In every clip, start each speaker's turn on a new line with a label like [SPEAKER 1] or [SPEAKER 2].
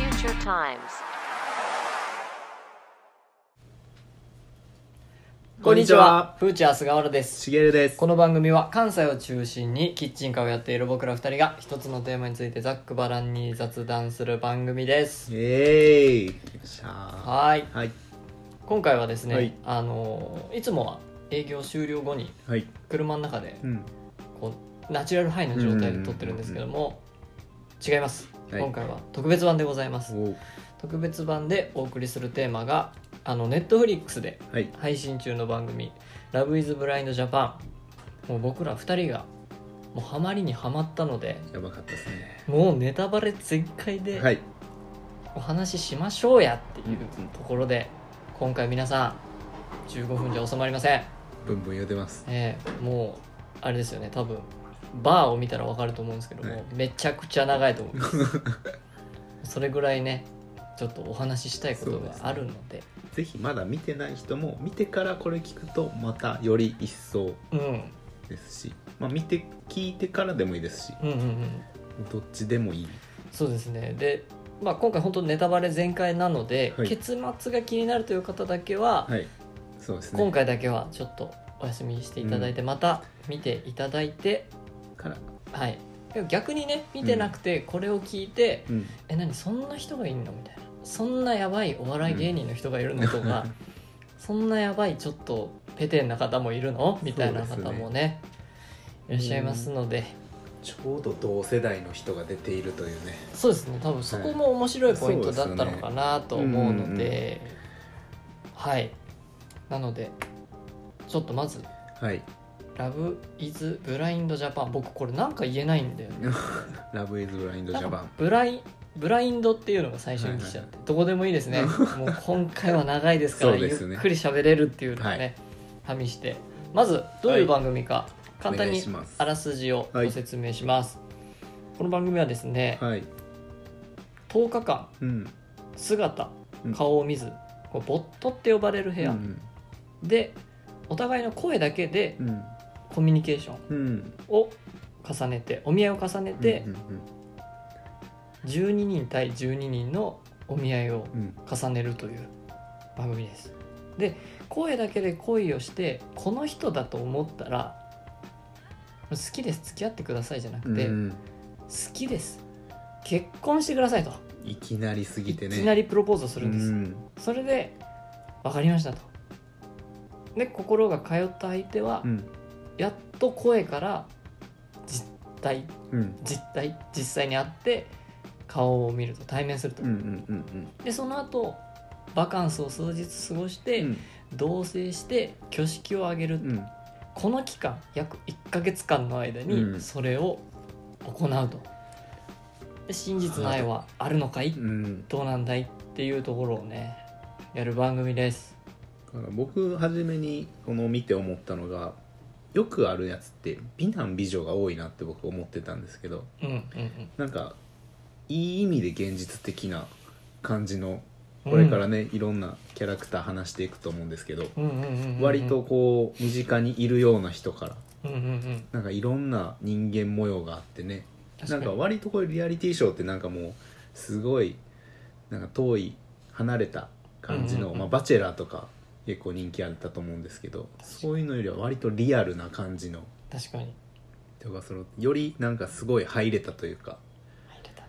[SPEAKER 1] times.
[SPEAKER 2] こんにちは。
[SPEAKER 3] フーチャー菅原です。
[SPEAKER 2] しげるです
[SPEAKER 3] この番組は関西を中心にキッチンカーをやっている僕ら二人が一つのテーマについてざっくばらんに雑談する番組です。
[SPEAKER 2] えーいよっしゃ
[SPEAKER 3] はい。
[SPEAKER 2] ーはい
[SPEAKER 3] 今回はですね、
[SPEAKER 2] はい
[SPEAKER 3] あのーいつもは営業終了後に
[SPEAKER 2] はい
[SPEAKER 3] 車の中で
[SPEAKER 2] うん
[SPEAKER 3] こうナチュラルハイの状態で撮ってるんですけども、違います。
[SPEAKER 2] はい
[SPEAKER 3] 今回は特別版でございます。
[SPEAKER 2] お
[SPEAKER 3] 特別版でお送りするテーマが、あの、ネットフリックスで
[SPEAKER 2] はい
[SPEAKER 3] 配信中の番組「Love is Blind Japan」もう僕ら2人がもうハマりにハマったので
[SPEAKER 2] やばかったですね
[SPEAKER 3] もうネタバレ全開
[SPEAKER 2] は
[SPEAKER 3] で
[SPEAKER 2] い
[SPEAKER 3] お話ししましょうやっていう
[SPEAKER 2] うん
[SPEAKER 3] ところで今回皆さん15分じゃ収まりません、
[SPEAKER 2] ブンブン言うてます
[SPEAKER 3] ええもうあれですよね多分バーを見たら分かると思うんですけども、
[SPEAKER 2] はい
[SPEAKER 3] めちゃくちゃ長いと思います それぐらいねちょっとお話ししたいことがあるので
[SPEAKER 2] ぜひまだ見てない人も見てからこれ聞くとまたより一層
[SPEAKER 3] うん
[SPEAKER 2] ですしまあ見て聞いてからでもいいですし
[SPEAKER 3] うんうんうん
[SPEAKER 2] どっちでもいい
[SPEAKER 3] そうですねで、まあ、今回本当ネタバレ全開なので、
[SPEAKER 2] はい
[SPEAKER 3] 結末が気になるという方だけは、
[SPEAKER 2] はいそうですね
[SPEAKER 3] 今回だけはちょっとお休みしていただいて、また見ていただいて
[SPEAKER 2] から
[SPEAKER 3] はいでも逆にね見てなくてこれを聞いて「
[SPEAKER 2] うん
[SPEAKER 3] え何そんな人がいるの?」みたいな「そんなやばいお笑い芸人の人がいるの?」とか、 そんなやばいちょっとペテンな方もいるの?」みたいな
[SPEAKER 2] そうです
[SPEAKER 3] 方
[SPEAKER 2] ね
[SPEAKER 3] もねいらっしゃいますので、
[SPEAKER 2] ちょうど同世代の人が出ているというね
[SPEAKER 3] そうですね多分そこも面白いポイントだったのかなと思うの
[SPEAKER 2] そうです
[SPEAKER 3] ではいなのでちょっとまず
[SPEAKER 2] はい
[SPEAKER 3] 「ラブ・イズ・ブラインド・ジャパン」僕これなんか言えないんだよね
[SPEAKER 2] 「ラブイズブラインドジャパン
[SPEAKER 3] ブライブラインドっていうのが最初に来ちゃって、どこでもいいで すねもう今回は長いですから
[SPEAKER 2] そう
[SPEAKER 3] ゆ
[SPEAKER 2] で
[SPEAKER 3] っ
[SPEAKER 2] すね
[SPEAKER 3] くり喋れるっていうのを
[SPEAKER 2] は
[SPEAKER 3] ね
[SPEAKER 2] い
[SPEAKER 3] 試してまずどういう番組か簡単
[SPEAKER 2] お願い
[SPEAKER 3] に
[SPEAKER 2] します
[SPEAKER 3] あらすじをご説明しますこの番組はですね」
[SPEAKER 2] はい
[SPEAKER 3] 10日間
[SPEAKER 2] うん
[SPEAKER 3] 姿
[SPEAKER 2] うん
[SPEAKER 3] 顔を見ず、こうボットって呼ばれる部
[SPEAKER 2] う
[SPEAKER 3] 屋、
[SPEAKER 2] ん
[SPEAKER 3] でお互いの声だけで
[SPEAKER 2] うん
[SPEAKER 3] コミュニケーション
[SPEAKER 2] うん
[SPEAKER 3] を重ねてお見合いを重ねて
[SPEAKER 2] うんうん
[SPEAKER 3] 12人対12人のお見合いを
[SPEAKER 2] うん
[SPEAKER 3] 重ねるという番組ですで声だけで恋をしてこの人だと思ったら好きです付き合ってくださいじゃなくて、
[SPEAKER 2] う
[SPEAKER 3] 好
[SPEAKER 2] ん
[SPEAKER 3] きです結婚してくださいと
[SPEAKER 2] いきなりすぎて
[SPEAKER 3] い
[SPEAKER 2] ね
[SPEAKER 3] きなりプロポーズをするんです、
[SPEAKER 2] うん
[SPEAKER 3] それで分かりましたとで心が通った相手は、
[SPEAKER 2] うん
[SPEAKER 3] やっと声から実体
[SPEAKER 2] うん
[SPEAKER 3] 実体実際に会って顔を見ると対面すると、
[SPEAKER 2] うんうんうんうん
[SPEAKER 3] でその後バカンスを数日過ごして、
[SPEAKER 2] うん
[SPEAKER 3] 同棲して挙式を挙げる、
[SPEAKER 2] うん
[SPEAKER 3] この期間約1ヶ月間の間
[SPEAKER 2] う
[SPEAKER 3] に
[SPEAKER 2] ん
[SPEAKER 3] それを行うと、で真実の愛はあるのかい、
[SPEAKER 2] うん
[SPEAKER 3] どうなんだいっていうところをねやる番組です
[SPEAKER 2] だから僕初めにこの見て思ったのがよくあるやつって美男美女が多いなって僕思ってたんですけど
[SPEAKER 3] うんうん
[SPEAKER 2] なんかいい意味で現実的な感じの
[SPEAKER 3] うん
[SPEAKER 2] これからね、いろんなキャラクター話していくと思うんですけど、
[SPEAKER 3] うんうんうんうんうん
[SPEAKER 2] 割とこう身近にいるような人から
[SPEAKER 3] うんうんうん
[SPEAKER 2] なんかいろんな人間模様があってね
[SPEAKER 3] 確
[SPEAKER 2] なんか割とこういうリアリティショーってなんかもうすごいなんか遠い離れた感じの、
[SPEAKER 3] うんうんうん
[SPEAKER 2] まあ、バチェラーとか結構人気あったと思うんですけどそういうのよりは割とリアルな感じの
[SPEAKER 3] 確かに
[SPEAKER 2] とかそのよりなんかすごい入れたというか
[SPEAKER 3] 入れたね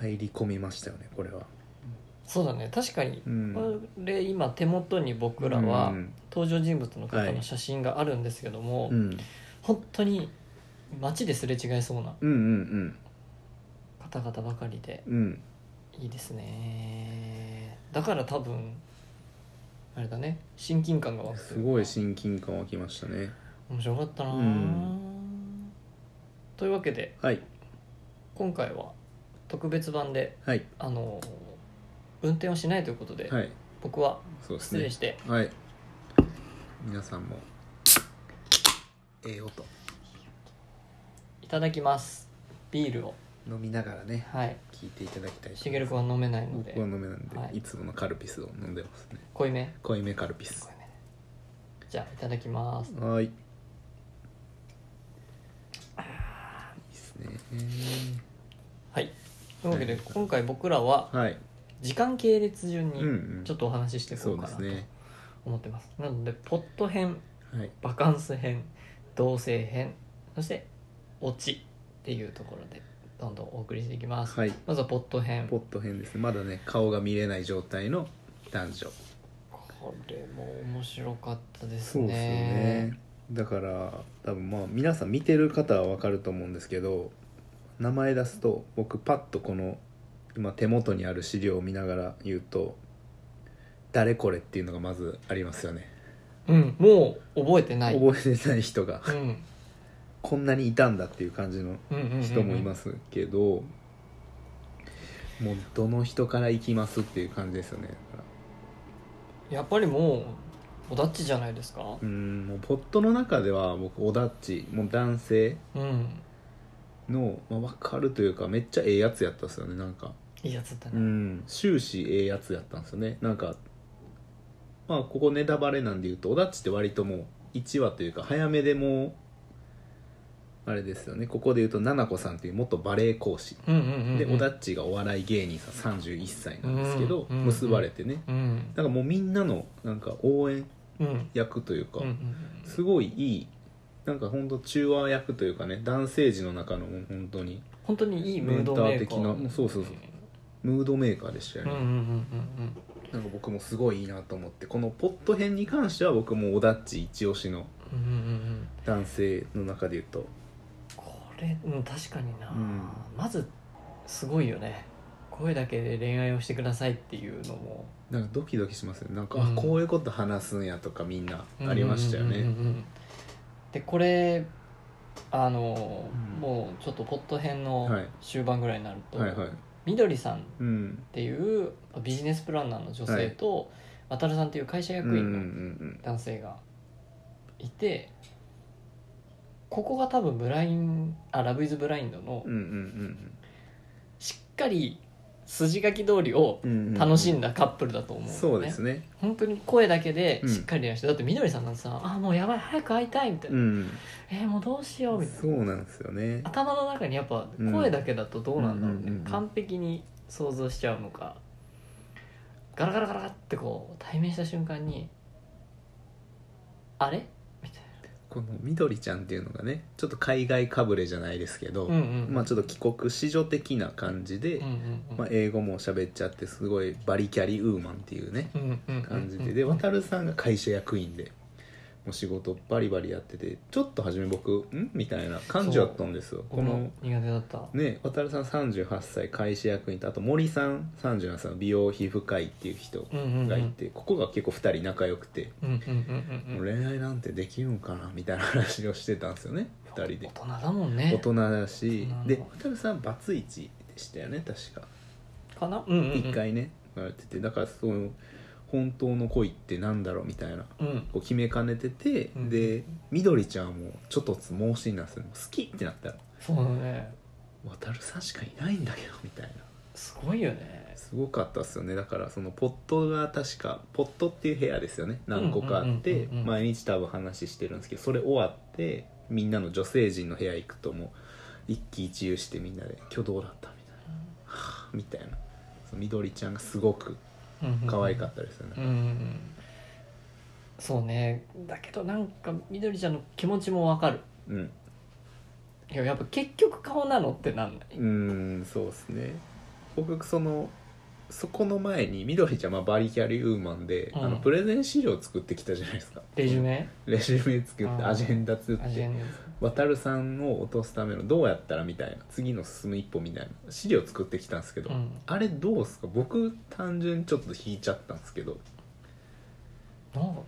[SPEAKER 2] 入り込みましたよねこれは。
[SPEAKER 3] そうだね確かに
[SPEAKER 2] う、ん
[SPEAKER 3] これ今手元に僕らは
[SPEAKER 2] うん
[SPEAKER 3] 登場人物の方
[SPEAKER 2] は
[SPEAKER 3] の
[SPEAKER 2] い
[SPEAKER 3] 写真があるんですけども、
[SPEAKER 2] うん
[SPEAKER 3] 本当に街ですれ違いそうな
[SPEAKER 2] うんうん
[SPEAKER 3] 方々ばかりで
[SPEAKER 2] うんうん
[SPEAKER 3] いいですねだから多分あれだね親近感が湧くと
[SPEAKER 2] す
[SPEAKER 3] うか
[SPEAKER 2] ごい親近感湧きましたね
[SPEAKER 3] 面白かったなあ、
[SPEAKER 2] うん
[SPEAKER 3] というわけで
[SPEAKER 2] はい
[SPEAKER 3] 今回は特別版で
[SPEAKER 2] はい
[SPEAKER 3] あの運転をしないということで、
[SPEAKER 2] はい
[SPEAKER 3] 僕は
[SPEAKER 2] そうです
[SPEAKER 3] 失礼
[SPEAKER 2] ね
[SPEAKER 3] して
[SPEAKER 2] はい皆さんもええ音
[SPEAKER 3] いただきますビールを
[SPEAKER 2] 飲みながらね
[SPEAKER 3] はい
[SPEAKER 2] 聞いていただきたいと
[SPEAKER 3] しげる君は飲めないので
[SPEAKER 2] 僕は飲めなんで、、
[SPEAKER 3] はいい
[SPEAKER 2] つものカルピスを飲んでますね
[SPEAKER 3] 濃いめ
[SPEAKER 2] 濃いめカルピス
[SPEAKER 3] 濃いめねじゃあいただきます
[SPEAKER 2] はーいいいっすね
[SPEAKER 3] はいというわけで今回僕らは
[SPEAKER 2] はい
[SPEAKER 3] 時間系列順
[SPEAKER 2] うんう
[SPEAKER 3] に
[SPEAKER 2] ん
[SPEAKER 3] ちょっとお話ししていこ
[SPEAKER 2] そうう
[SPEAKER 3] か
[SPEAKER 2] で
[SPEAKER 3] な
[SPEAKER 2] す
[SPEAKER 3] と
[SPEAKER 2] ね
[SPEAKER 3] 思ってますなのでポット編
[SPEAKER 2] はい
[SPEAKER 3] バカンス編同性編そしてオチっていうところでどんどんお送りしていきます、
[SPEAKER 2] はい
[SPEAKER 3] まずはポット編
[SPEAKER 2] ポット編ですねまだね顔が見れない状態の男女
[SPEAKER 3] これも面白かったです
[SPEAKER 2] そうですよ
[SPEAKER 3] ね
[SPEAKER 2] ねだから多分まあ皆さん見てる方は分かると思うんですけど名前出すと僕パッとこの今手元にある資料を見ながら言うと「誰これ」っていうのがまずありますよね、
[SPEAKER 3] うんもう覚えてない、うん
[SPEAKER 2] 覚えてない人がこんなにいたんだっていう感じの
[SPEAKER 3] うんうんうんうん、
[SPEAKER 2] 人もいますけど、もうどの人から行きますっていう感じですよねだから
[SPEAKER 3] やっぱりもうおだっちじゃないですか
[SPEAKER 2] うんもうポットの中では僕オダッチもう男性
[SPEAKER 3] うん
[SPEAKER 2] の、まあ、分かるというかめっちゃええやつやったっすよねなんか
[SPEAKER 3] いいやつだった
[SPEAKER 2] う
[SPEAKER 3] ね
[SPEAKER 2] ん終始ええやつやったんですよねなんかまあここネタバレなんで言うとオダッチって割ともう1話というか早めでもうあれですよねここで言うと奈々子さんという元バレエ講師
[SPEAKER 3] うんうんうんうん
[SPEAKER 2] でオダッチがお笑い芸人さん31歳なんですけど
[SPEAKER 3] うんうんうん
[SPEAKER 2] 結ばれてね
[SPEAKER 3] うん
[SPEAKER 2] なんかもうみんなのなんか応援
[SPEAKER 3] うんうん
[SPEAKER 2] 役というか、
[SPEAKER 3] うん
[SPEAKER 2] すごいいいなんか本当中和役というかね男性陣の中のもう本当に
[SPEAKER 3] 本当にいいムードメーカー
[SPEAKER 2] メンター的なもうそうそうそうムードメーカーでしたよ
[SPEAKER 3] うん
[SPEAKER 2] ね、
[SPEAKER 3] うんうんうん
[SPEAKER 2] なんか僕もすごいいいなと思ってこのポット編に関しては僕もオダッチ一押しの
[SPEAKER 3] うんうんうんうん
[SPEAKER 2] 男性の中で言うと
[SPEAKER 3] これうん確かにな、
[SPEAKER 2] うん
[SPEAKER 3] まずすごいよね声だけで恋愛をしてくださいっていうのも
[SPEAKER 2] なんかドキドキしますよねなんか、
[SPEAKER 3] うん
[SPEAKER 2] あこういうこと話すんやとかみんなありましたよ
[SPEAKER 3] うんうんう
[SPEAKER 2] ね
[SPEAKER 3] んうんでこれあの、
[SPEAKER 2] うん
[SPEAKER 3] もうちょっとポット編の
[SPEAKER 2] はい
[SPEAKER 3] 終盤ぐらいになると、
[SPEAKER 2] はいはい
[SPEAKER 3] みどりさんっ
[SPEAKER 2] うん
[SPEAKER 3] ていうビジネスプランナーの女性と、わたるさんっていう会社
[SPEAKER 2] うんうん
[SPEAKER 3] 役
[SPEAKER 2] う
[SPEAKER 3] 員の
[SPEAKER 2] ん
[SPEAKER 3] 男性がいて、ここが多分ブラインあラブイズブラインドの
[SPEAKER 2] うんうんうん
[SPEAKER 3] しっかり筋書き通りを
[SPEAKER 2] うんうんうん
[SPEAKER 3] 楽しんだカップルだと思う、ね
[SPEAKER 2] そうですね
[SPEAKER 3] 本当に声だけでしっかりやして、だってみどりさんなんてさ「あもうやばい早く会いたい」みたいうな「
[SPEAKER 2] ん
[SPEAKER 3] えーもうどうしよう」みたいな
[SPEAKER 2] そうなんですよね
[SPEAKER 3] 頭の中にやっぱ
[SPEAKER 2] うん
[SPEAKER 3] 声だけだとどうなんだろうね、
[SPEAKER 2] うんうんうんうん
[SPEAKER 3] 完璧に想像しちゃうのかガラガラガラってこう対面した瞬間に「あれ?」みたい
[SPEAKER 2] このみどりちゃんっていうのがねちょっと海外かぶれじゃないですけど、
[SPEAKER 3] な、うんうん
[SPEAKER 2] まあ、ちょっと帰国子女的な感じで、
[SPEAKER 3] うんうんうん
[SPEAKER 2] まあ、英語も喋っちゃってすごいバリキャリウーマンっていうね
[SPEAKER 3] うんうんうんうん
[SPEAKER 2] 感じでで渡るさんが会社役員でもう仕事バリバリやっててちょっと初め僕「ん?」みたいな感じだったんですよこ
[SPEAKER 3] この
[SPEAKER 2] の
[SPEAKER 3] 苦手だった
[SPEAKER 2] ね渡るさん38歳会社役員とあと森さん37歳の美容皮膚科医っていう人
[SPEAKER 3] うんうんうん
[SPEAKER 2] がいて、ここが結構2人仲良くて、
[SPEAKER 3] うんうんうんうんうん
[SPEAKER 2] もう恋愛なんてできるんかなみたいな話をしてたんですよね2人で
[SPEAKER 3] 大人だもんね
[SPEAKER 2] 大人だし
[SPEAKER 3] 大人
[SPEAKER 2] で渡るさんバツイチでしたよね確か
[SPEAKER 3] かなうんうんうん
[SPEAKER 2] 一回ね言われててだからその本当の恋ってなんだろうみたいな
[SPEAKER 3] うん
[SPEAKER 2] こう決めかねてて、
[SPEAKER 3] うん
[SPEAKER 2] でみどりちゃんはもうちょっとつ盲信なんですよ好きってなったら
[SPEAKER 3] そうだね
[SPEAKER 2] 渡るさんしかいないんだけどみたいな
[SPEAKER 3] すごいよね
[SPEAKER 2] すごかったっすよねだからそのポットが確かポットっていう部屋ですよね何個かあっ
[SPEAKER 3] うんうん
[SPEAKER 2] て
[SPEAKER 3] うんうんうん
[SPEAKER 2] 毎日多分話してるんですけどそれ終わってみんなの女性陣の部屋行くともう一喜一憂してみんなで「今日どうだった?」みたいなはぁみたいなそのみどりちゃんがすごく可愛かったですよね
[SPEAKER 3] うんうんうんそうねだけどなんかみどりちゃんの気持ちもわかる
[SPEAKER 2] うん
[SPEAKER 3] いややっぱ結局顔なのってなんない
[SPEAKER 2] うんそうですね僕そのそこの前にみどりちゃんはバリキャリウーマンで、
[SPEAKER 3] うん
[SPEAKER 2] あのプレゼン資料を作ってきたじゃないですか
[SPEAKER 3] レジュメ
[SPEAKER 2] レジュメ作って
[SPEAKER 3] あー
[SPEAKER 2] アジェンダ作っ
[SPEAKER 3] アジ
[SPEAKER 2] て
[SPEAKER 3] ェンダ
[SPEAKER 2] 渡るさんを落とすためのどうやったらみたいな次の進む一歩みたいな資料作ってきたんですけど、
[SPEAKER 3] うん
[SPEAKER 2] あれどうですか僕単純にちょっと引いちゃったんですけど
[SPEAKER 3] なんか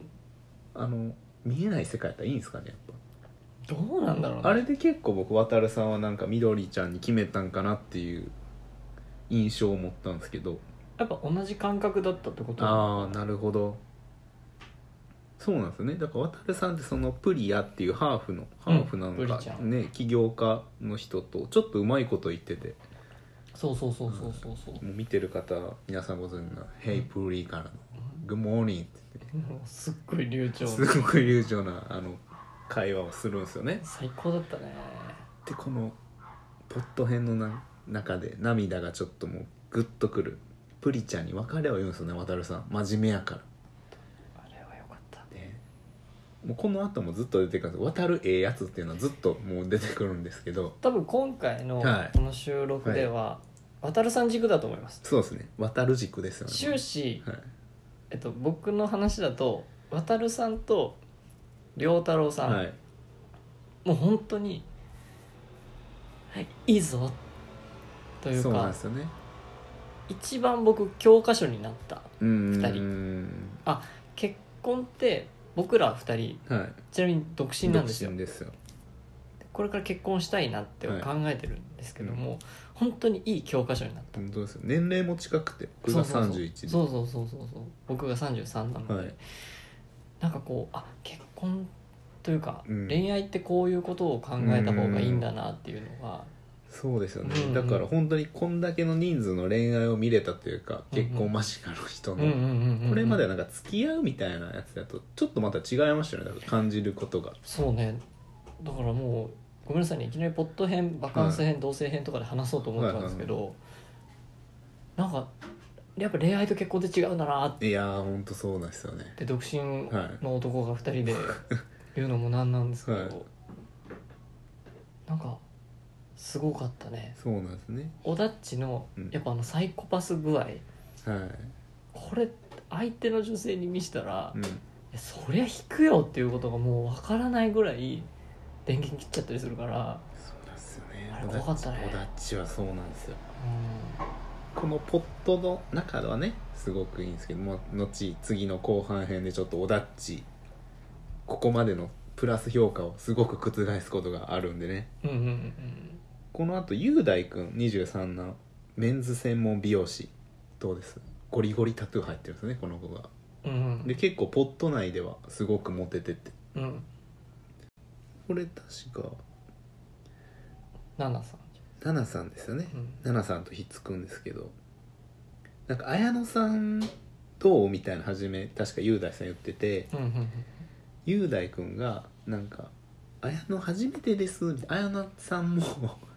[SPEAKER 2] あの見えない世界やったらいいんですかねやっぱ
[SPEAKER 3] どうなんだろうね
[SPEAKER 2] あれで結構僕渡るさんはなんかみどりちゃんに決めたんかなっていう印象を持ったんですけど
[SPEAKER 3] やっぱ同じ感覚だったってこと
[SPEAKER 2] ああなるほどそうなんですねだから渡さんってそのプリアっていうハーフのハーフな
[SPEAKER 3] プ
[SPEAKER 2] の
[SPEAKER 3] リ
[SPEAKER 2] か
[SPEAKER 3] ちゃ、ん
[SPEAKER 2] ね起業家の人とちょっとうまいこと言ってて
[SPEAKER 3] そうそうそうそうそうそう
[SPEAKER 2] もう見てる方皆さんご存知の「Hey プリ」からの「Good morning」って言って
[SPEAKER 3] もうすっごい流暢
[SPEAKER 2] すごく流暢なあの会話をするんですよね
[SPEAKER 3] 最高だったね
[SPEAKER 2] でこのポット編のな中で涙がちょっともうグッとくるプリちゃんに別れを言うんですよね渡るさん真面目やか
[SPEAKER 3] あれは良かった
[SPEAKER 2] ら、ね、もうこの後もずっと出てくるんです渡るええやつっていうのはずっともう出てくるんですけど
[SPEAKER 3] 多分今回の
[SPEAKER 2] はい
[SPEAKER 3] この収録では、渡るさん軸だと思います
[SPEAKER 2] そうですね渡る軸ですよね
[SPEAKER 3] 終始、
[SPEAKER 2] はい、
[SPEAKER 3] えっと、僕の話だと渡るさんと良太郎さん、
[SPEAKER 2] はい、
[SPEAKER 3] もう本当に「はいいいぞ」という
[SPEAKER 2] そうなん
[SPEAKER 3] か
[SPEAKER 2] ですよね
[SPEAKER 3] 一番僕教科書になった
[SPEAKER 2] うん
[SPEAKER 3] 二結婚って僕ら2人
[SPEAKER 2] はい
[SPEAKER 3] ちなみに独身なんですよ
[SPEAKER 2] 独身ですよ
[SPEAKER 3] これから結婚したいなって考
[SPEAKER 2] はい
[SPEAKER 3] えてるんですけども、本当にいい教科書になった
[SPEAKER 2] 本当ですよ年齢も近くて僕が31で
[SPEAKER 3] そうそうそうそうそうそう僕が33なので、
[SPEAKER 2] はい
[SPEAKER 3] なんかこうあ結婚というか、
[SPEAKER 2] うん
[SPEAKER 3] 恋愛ってこういうことを考えた方がいいんだなっていうのが、
[SPEAKER 2] そうですよね、
[SPEAKER 3] うんうん
[SPEAKER 2] だから本当にこんだけの人数の恋愛を見れたというか
[SPEAKER 3] うんうん
[SPEAKER 2] 結婚間近の人
[SPEAKER 3] うんうん
[SPEAKER 2] の、
[SPEAKER 3] うんうん
[SPEAKER 2] これまではなんか付き合うみたいなやつだとちょっとまた違いましたよねだから感じることが
[SPEAKER 3] そうねだからもうごめんなさいねいきなりポット編バカンス編、同性編とかで話そうと思ってたんですけど、なんかやっぱ恋愛と結婚って違うんだなっ
[SPEAKER 2] いやー本当そうなんですよね
[SPEAKER 3] て独身
[SPEAKER 2] はい
[SPEAKER 3] の男が2人で言うのもなんなんですけど、
[SPEAKER 2] はい
[SPEAKER 3] なんかすごかったね
[SPEAKER 2] そうなんですね
[SPEAKER 3] オダッチの
[SPEAKER 2] うん
[SPEAKER 3] やっぱあのサイコパス具合
[SPEAKER 2] はい、
[SPEAKER 3] これ相手の女性に見したら、
[SPEAKER 2] うん、
[SPEAKER 3] いやそりゃ引くよっていうことがもうわからないぐらい電源切っちゃったりするから、
[SPEAKER 2] そうなんですよ
[SPEAKER 3] あ
[SPEAKER 2] ね
[SPEAKER 3] れ怖かったね
[SPEAKER 2] おだっちはそうなんですよ
[SPEAKER 3] うん、
[SPEAKER 2] このポットの中ではねすごくいいんですけども後次の後半編でちょっとオダッチここまでのプラス評価をすごく覆すことがあるんでね
[SPEAKER 3] うんうんうん
[SPEAKER 2] このあと雄大君23のメンズ専門美容師どうですゴリゴリタトゥー入ってるんですねこの子が
[SPEAKER 3] うんうん
[SPEAKER 2] で結構ポット内ではすごくモテてて
[SPEAKER 3] うん
[SPEAKER 2] これ確か
[SPEAKER 3] ナナさん
[SPEAKER 2] ナナさんですよね
[SPEAKER 3] うん
[SPEAKER 2] ナナさんとひっつくんですけどなんか綾乃さんどうみたいな初め確か雄大さん言ってて、
[SPEAKER 3] うんうん
[SPEAKER 2] 雄大君がなんか「綾乃初めてです」みたいな綾乃さんも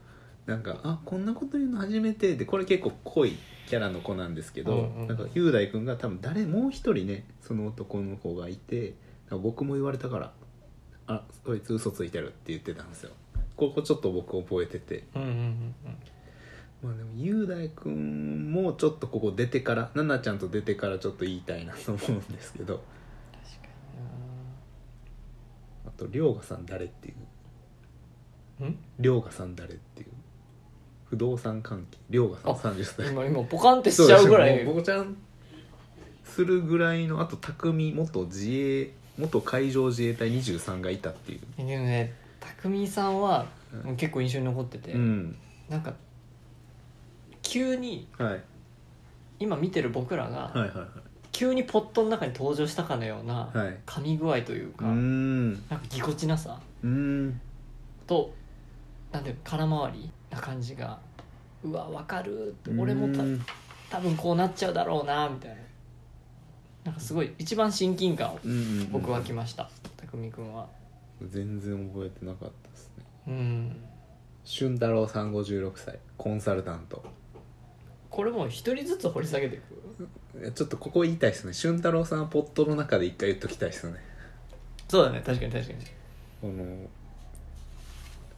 [SPEAKER 2] なんか「あこんなこと言うの初めて」でこれ結構濃いキャラの子なんですけど、
[SPEAKER 3] うんうん
[SPEAKER 2] なんか雄大君が多分誰もう一人ねその男の子がいてなんか僕も言われたから「あこいつ嘘ついてる」って言ってたんですよ。ここちょっと僕覚えてて
[SPEAKER 3] うんうんうん
[SPEAKER 2] まあでも雄大君もちょっとここ出てから奈々ちゃんと出てからちょっと言いたいなと思うんですけど
[SPEAKER 3] 確か
[SPEAKER 2] あと涼河さん誰っていう
[SPEAKER 3] になうん
[SPEAKER 2] 涼河さん誰っていう不動産関係涼河さん30歳
[SPEAKER 3] 今今ポカンって しちゃうぐらい
[SPEAKER 2] ボコちゃんするぐらいのあと匠元自衛元海上自衛隊23がいたっていう
[SPEAKER 3] でもね匠さんはもう結構印象に残ってて、
[SPEAKER 2] うん
[SPEAKER 3] なんか急に
[SPEAKER 2] はい
[SPEAKER 3] 今見てる僕らが、
[SPEAKER 2] はいはいは
[SPEAKER 3] 急にポットの中に登場したかのようない
[SPEAKER 2] はい
[SPEAKER 3] 噛み具合という
[SPEAKER 2] う
[SPEAKER 3] か、
[SPEAKER 2] ーん
[SPEAKER 3] なんかぎこちなさ
[SPEAKER 2] うーん
[SPEAKER 3] となんていうか空回りな感じがうわわかるって俺もた
[SPEAKER 2] うーん
[SPEAKER 3] 多分こうなっちゃうだろうなみたいななんかすごい一番親近感を
[SPEAKER 2] うんうんうん
[SPEAKER 3] 僕は来ました匠君は
[SPEAKER 2] 全然覚えてなかったですね
[SPEAKER 3] うん
[SPEAKER 2] 俊太郎さん56歳コンサルタント
[SPEAKER 3] これもう一人ずつ掘り下げていく
[SPEAKER 2] えちょっとここ言いたいですね俊太郎さんはポットの中で一回言っときたいですよね
[SPEAKER 3] そうだね確かに確かに
[SPEAKER 2] この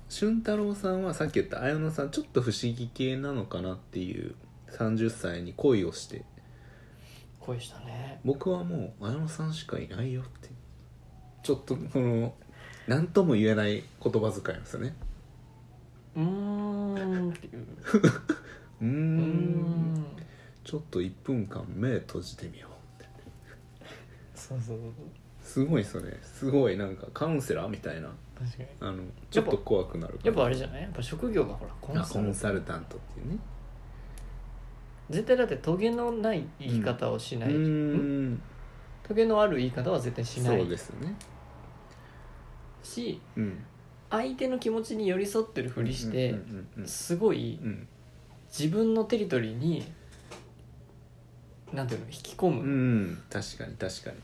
[SPEAKER 2] 俊太郎さんはさっき言った綾乃さんちょっと不思議系なのかなっていう30歳に恋をして
[SPEAKER 3] 恋したね
[SPEAKER 2] 僕はもう綾乃さんしかいないよってちょっとこの何とも言えない言葉遣いなんですよね
[SPEAKER 3] うーんっていう
[SPEAKER 2] うーん
[SPEAKER 3] うーん
[SPEAKER 2] ちょっと1分間目閉じてみようって
[SPEAKER 3] そうそうそう
[SPEAKER 2] すごいですよねすごいなんかカウンセラーみたいな
[SPEAKER 3] 確かに
[SPEAKER 2] あのちょっと怖くなる
[SPEAKER 3] やっぱあれじゃないやっぱ職業がほらコン
[SPEAKER 2] あコ
[SPEAKER 3] サル
[SPEAKER 2] ンサルタントっていうね
[SPEAKER 3] 絶対だってトゲのない言い方をし
[SPEAKER 2] う
[SPEAKER 3] ない、
[SPEAKER 2] ーん
[SPEAKER 3] トゲのある言い方は絶対しな
[SPEAKER 2] そう
[SPEAKER 3] い
[SPEAKER 2] ですよね
[SPEAKER 3] し
[SPEAKER 2] うん
[SPEAKER 3] 相手の気持ちに寄り添ってるふりして、
[SPEAKER 2] うんうんうん
[SPEAKER 3] すごい
[SPEAKER 2] うんうん
[SPEAKER 3] 自分のテリトリーになんていうの引き込
[SPEAKER 2] う
[SPEAKER 3] む、
[SPEAKER 2] ん確かに確かに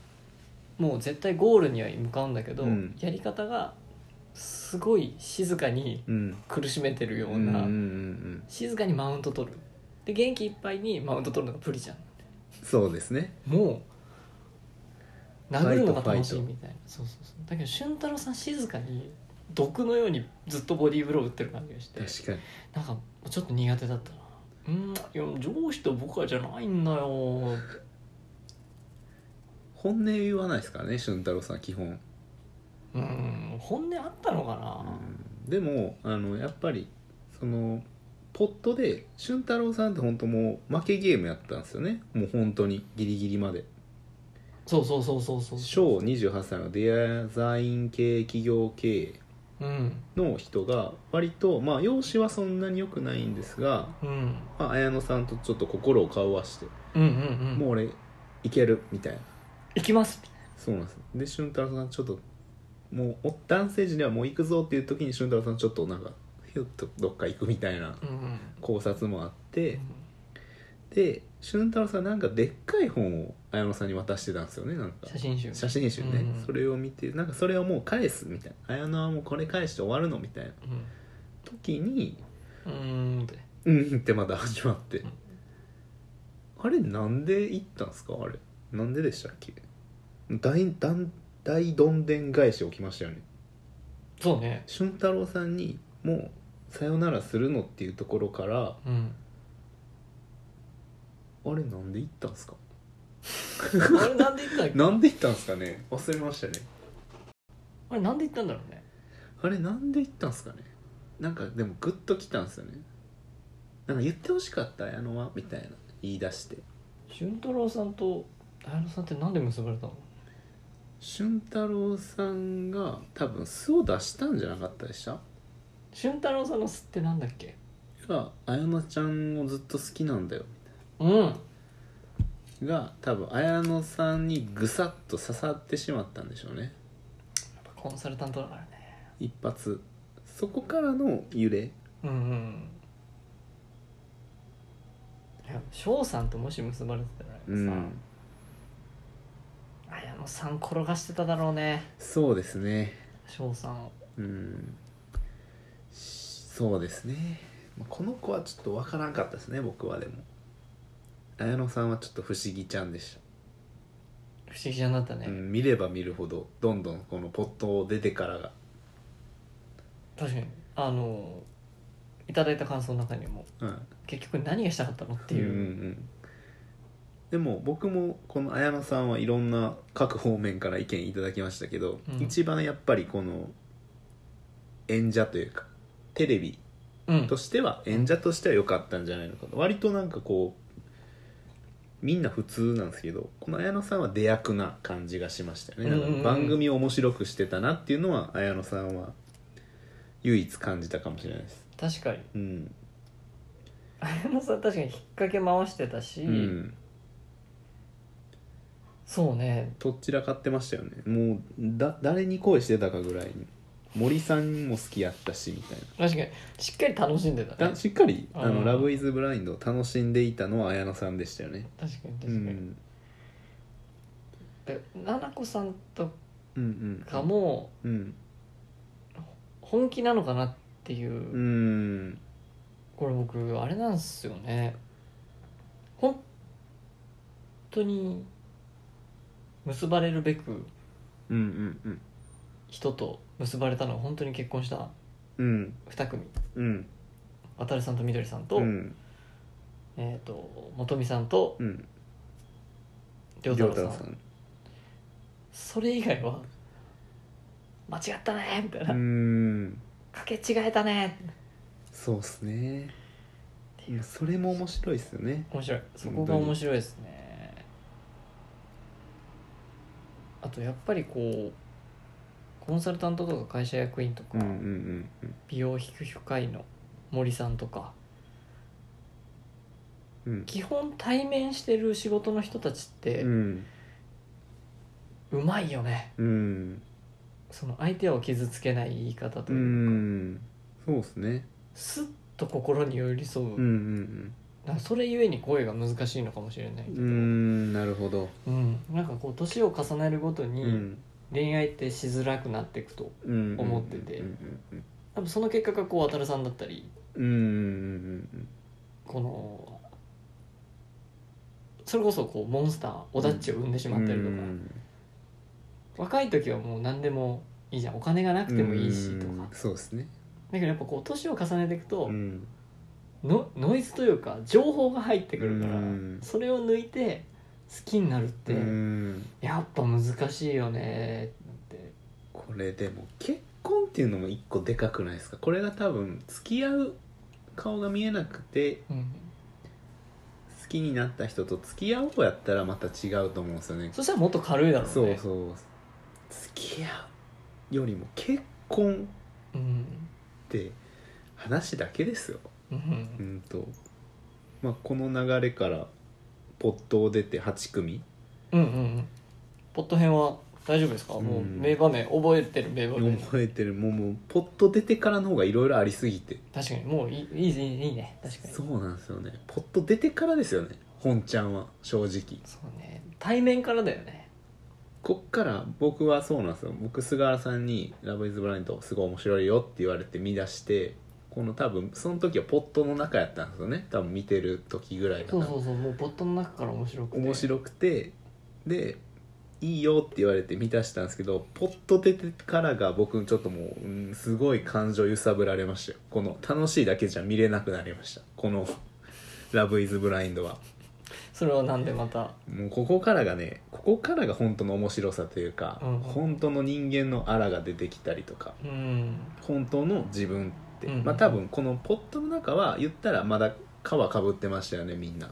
[SPEAKER 3] もう絶対ゴールには向かうんだけど、
[SPEAKER 2] うん
[SPEAKER 3] やり方がすごい静かに
[SPEAKER 2] うん
[SPEAKER 3] 苦しめてるよう
[SPEAKER 2] うんうん
[SPEAKER 3] な、
[SPEAKER 2] うん
[SPEAKER 3] 静かにマウント取るで元気いっぱいにマウント取るのがプリじゃん
[SPEAKER 2] そうですね
[SPEAKER 3] もう殴る
[SPEAKER 2] ファイト
[SPEAKER 3] のが楽しい
[SPEAKER 2] ファイト
[SPEAKER 3] みたいなそうそうそうだけど俊太郎さん静かに毒のようにずっとボディーブロー打ってる感じがして
[SPEAKER 2] 確かに
[SPEAKER 3] なんかちょっと苦手だったなうんいや上司と僕らじゃないんだよ
[SPEAKER 2] 本音言わないですからね俊太郎さん基本、
[SPEAKER 3] うん本音あったのかな、
[SPEAKER 2] うん、でもあのやっぱりそのポットで俊太郎さんって本当もう負けゲームやったんですよねもう本当にギリギリまで
[SPEAKER 3] そうそうそうそうそう
[SPEAKER 2] 小28歳のデザイン系企業経営
[SPEAKER 3] うん
[SPEAKER 2] の人が割とまあ容姿はそんなに良くないんですが、
[SPEAKER 3] うん
[SPEAKER 2] まあ、綾乃さんとちょっと心を顔わして、
[SPEAKER 3] うんうんうん
[SPEAKER 2] もう俺いけるみたいな
[SPEAKER 3] 行きます
[SPEAKER 2] そうなんですで俊太郎さんちょっともうお男性陣ではもう行くぞっていう時に俊太郎さんちょっとなんかひゅっとどっか行くみたいな
[SPEAKER 3] うんうん
[SPEAKER 2] 考察もあって、
[SPEAKER 3] うん
[SPEAKER 2] で俊太郎さんなんかでっかい本を綾乃さんに渡してたんですよねなんか
[SPEAKER 3] 写真集
[SPEAKER 2] 写真集ね、
[SPEAKER 3] うん
[SPEAKER 2] それを見てなんかそれをもう返すみたいな綾乃はもうこれ返して終わるのみたいな時に
[SPEAKER 3] うんうーんって
[SPEAKER 2] うんってまた始まってあれなんで行ったんですかあれなんででしたっけ大大大どんでん返し起きましたよね
[SPEAKER 3] そうね
[SPEAKER 2] 俊太郎さんにもう「さよならするの」っていうところから
[SPEAKER 3] うん
[SPEAKER 2] あれなんで行ったんですか
[SPEAKER 3] あれなんで行ったっけ
[SPEAKER 2] なんで行ったんですかね忘れましたね
[SPEAKER 3] あれなんで行ったんだろうね
[SPEAKER 2] あれなんで行ったんですかねなんかでもグッときたんですよねなんか言ってほしかった綾乃はみたいな言い出して
[SPEAKER 3] 俊太郎さんと綾野さんってなんで結ばれたの
[SPEAKER 2] 俊太郎さんが多分素を出したんじゃなかったでした
[SPEAKER 3] 俊太郎さんの巣ってなんだっけ
[SPEAKER 2] が綾乃ちゃんをずっと好きなんだよ
[SPEAKER 3] うん
[SPEAKER 2] が多分綾乃さんにぐさっと刺さってしまったんでしょうね
[SPEAKER 3] コンサルタントだからね
[SPEAKER 2] 一発そこからの揺れ
[SPEAKER 3] うんうんいや翔さんともし結ばれてたらさ、
[SPEAKER 2] うん
[SPEAKER 3] 綾野さん転がしてただろうね
[SPEAKER 2] そうですね
[SPEAKER 3] 翔さんを
[SPEAKER 2] うんそうですねまあこの子はちょっとわからんかったですね僕はでも綾乃さんはちょっと不思議ちゃんでし
[SPEAKER 3] 不思議じゃなった
[SPEAKER 2] た、
[SPEAKER 3] ね、
[SPEAKER 2] うん、見れば見るほどどんどんこのポットを出てからが
[SPEAKER 3] 確かにあのいただいた感想の中にも
[SPEAKER 2] うん
[SPEAKER 3] 結局何がしたかったのっていう、
[SPEAKER 2] んんでも僕もこの綾乃さんはいろんな各方面から意見いただきましたけど、
[SPEAKER 3] うん
[SPEAKER 2] 一番やっぱりこの演者というかテレビ
[SPEAKER 3] うん
[SPEAKER 2] としては演者としては良かったんじゃないのかと割となんかこうみんな普通なんですけどこの綾乃さんは出役な感じがしましたよね、
[SPEAKER 3] うんうんうん
[SPEAKER 2] なんか番組を面白くしてたなっていうのは綾乃さんは唯一感じたかもしれないです
[SPEAKER 3] 確かに
[SPEAKER 2] うん、
[SPEAKER 3] 綾野さん確かに引っ掛け回してたし、
[SPEAKER 2] うん
[SPEAKER 3] そうね
[SPEAKER 2] とっちらかってましたよねもうだ誰に恋してたかぐらいに森さんも好きやったしみたい
[SPEAKER 3] 確かにしっかり楽しんでたね
[SPEAKER 2] なだしっかり「あ
[SPEAKER 3] う
[SPEAKER 2] の
[SPEAKER 3] ん
[SPEAKER 2] ラブ・イズ・ブラインド」を楽しんでいたのは綾乃さんでしたよね
[SPEAKER 3] 確かに確か
[SPEAKER 2] う
[SPEAKER 3] に、
[SPEAKER 2] ん
[SPEAKER 3] で奈々子さんと
[SPEAKER 2] うん
[SPEAKER 3] かも
[SPEAKER 2] うんうん
[SPEAKER 3] 本気なのかなっていう、
[SPEAKER 2] うん
[SPEAKER 3] これ僕あれなんですよね本当に結ばれるべく
[SPEAKER 2] うんうんうん
[SPEAKER 3] 人と結ばれたのは本当に結婚した
[SPEAKER 2] うん
[SPEAKER 3] 2組
[SPEAKER 2] うん
[SPEAKER 3] 渉さんとみどりさんと,、
[SPEAKER 2] うん
[SPEAKER 3] えー、と元美さんと
[SPEAKER 2] うん
[SPEAKER 3] 良太郎さん
[SPEAKER 2] ん
[SPEAKER 3] それ以外は間違ったねみたいな、
[SPEAKER 2] うん
[SPEAKER 3] かけ違えたね
[SPEAKER 2] そうっすね
[SPEAKER 3] って
[SPEAKER 2] い
[SPEAKER 3] い
[SPEAKER 2] や
[SPEAKER 3] う
[SPEAKER 2] それも面白いっすよね
[SPEAKER 3] 面白いそこが面白いですねあとやっぱりこうコンサルタントとか会社役員とか、
[SPEAKER 2] うんうんうんうん
[SPEAKER 3] 美容皮膚科医の森さんとか
[SPEAKER 2] うん
[SPEAKER 3] 基本対面してる仕事の人たちって
[SPEAKER 2] うん
[SPEAKER 3] うまいよね、
[SPEAKER 2] うん
[SPEAKER 3] その相手を傷つけない言い方と
[SPEAKER 2] う
[SPEAKER 3] いうか、
[SPEAKER 2] んそうっすね
[SPEAKER 3] すっスッと心に寄り添う、
[SPEAKER 2] うんうん
[SPEAKER 3] なんかそれゆえに声が難しいのかもしれないけ
[SPEAKER 2] うん
[SPEAKER 3] ど、
[SPEAKER 2] うんなるほど
[SPEAKER 3] うんなんかこう年を重ねるごと
[SPEAKER 2] う
[SPEAKER 3] に
[SPEAKER 2] ん
[SPEAKER 3] 恋愛ってしづらくなっていくと思
[SPEAKER 2] 思
[SPEAKER 3] ってて
[SPEAKER 2] うん
[SPEAKER 3] 多分その結果がこう渡さんだったり
[SPEAKER 2] うんうんうん
[SPEAKER 3] このそれこそこうモンスターオダッチを生んでしまったりとか、
[SPEAKER 2] うん
[SPEAKER 3] 若い時はもう何でもいいじゃんお金がなくてもいいしとか、
[SPEAKER 2] うんそうですね
[SPEAKER 3] だけどやっぱこう年を重ねていくと、
[SPEAKER 2] うん
[SPEAKER 3] のノイズというか情報が入ってくるから、
[SPEAKER 2] うん
[SPEAKER 3] それを抜いて好きになるって、
[SPEAKER 2] うん
[SPEAKER 3] やっぱ難しいよねって
[SPEAKER 2] これでも結婚っていうのも一個でかくないですかこれが多分付き合う顔が見えなくて
[SPEAKER 3] うん
[SPEAKER 2] 好きになった人と付き合おうやったらまた違うと思うんですよね
[SPEAKER 3] そしたらもっと軽いだろうね
[SPEAKER 2] そうそう付き合うよりも結婚
[SPEAKER 3] うん
[SPEAKER 2] って話だけですよ
[SPEAKER 3] う
[SPEAKER 2] うんんとまあこの流れからポットを出て8組
[SPEAKER 3] うんうんうんポット編は大丈夫ですか、
[SPEAKER 2] うん
[SPEAKER 3] もう名場面覚えてる名場面
[SPEAKER 2] 覚えてるもうもうポット出てからの方がいろいろありすぎて
[SPEAKER 3] 確かにもういいいいいいいいね確かに
[SPEAKER 2] そうなんですよねポット出てからですよね本ちゃんは正直
[SPEAKER 3] そうね対面からだよね
[SPEAKER 2] こっから僕はそうなんですよ僕菅原さんに「ラブイズブラインドすごい面白いよ」って言われて見出してこの多分その時はポットの中やったんですよね多分見てる時ぐらいか
[SPEAKER 3] そう
[SPEAKER 2] な
[SPEAKER 3] そうそうもうポットの中から面白くて
[SPEAKER 2] 面白くてでいいよって言われて満たしたんですけどポッと出てからが僕ちょっともう、うんすごい感情揺さぶられましたよこの楽しいだけじゃ見れなくなりましたこの「ラブイズブラインドは
[SPEAKER 3] それはなんでまた
[SPEAKER 2] もうここからがねここからが本当の面白さというか、
[SPEAKER 3] うん
[SPEAKER 2] 本当の人間のあらが出てきたりとか
[SPEAKER 3] うん
[SPEAKER 2] 本当の自分って、
[SPEAKER 3] うん
[SPEAKER 2] まあ多分このポットの中は言ったらまだ皮かぶってましたよねみんな